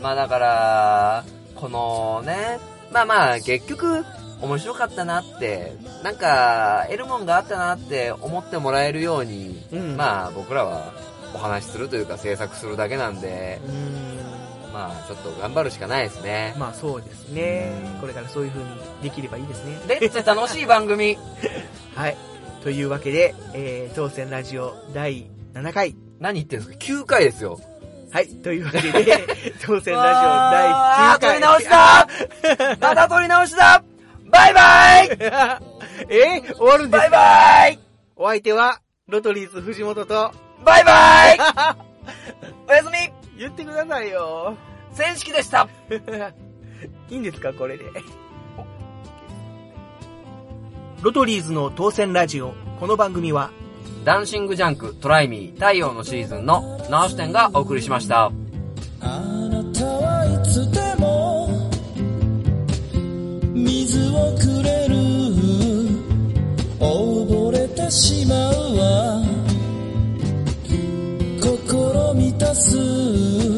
Speaker 3: まあだから、このね、まあまあ結局、面白かったなって、なんか、得るもんがあったなって思ってもらえるように、
Speaker 2: うん
Speaker 3: まあ僕らはお話しするというか制作するだけなんで、まあちょっと頑張るしかないですね。
Speaker 2: まあそうですね。これからそういう風にできればいいですね。
Speaker 3: レッツ楽しい番
Speaker 2: *laughs*
Speaker 3: 組
Speaker 2: はい。というわけで、えー、当選ラジオ第7回。
Speaker 3: 何言ってんすか ?9 回ですよ。
Speaker 2: はい。というわ *laughs* けで、当選ラジオ第9回。
Speaker 3: 取り直しだまた取り直しだバイバイ
Speaker 2: *laughs* えー、終わるんですか
Speaker 3: バイバイ
Speaker 2: お相手は、ロトリーズ藤本と、
Speaker 3: バイバイおやすみ
Speaker 2: 言ってくださいよ。
Speaker 3: 正式でした
Speaker 2: いいんですかこれで。ロトリーズの当選ラジオ。この番組は、
Speaker 3: ダンシングジャンクトライミー太陽のシーズンの直し点がお送りしました。
Speaker 1: たはいつでも水をくれる溺れてしまうわ心満たす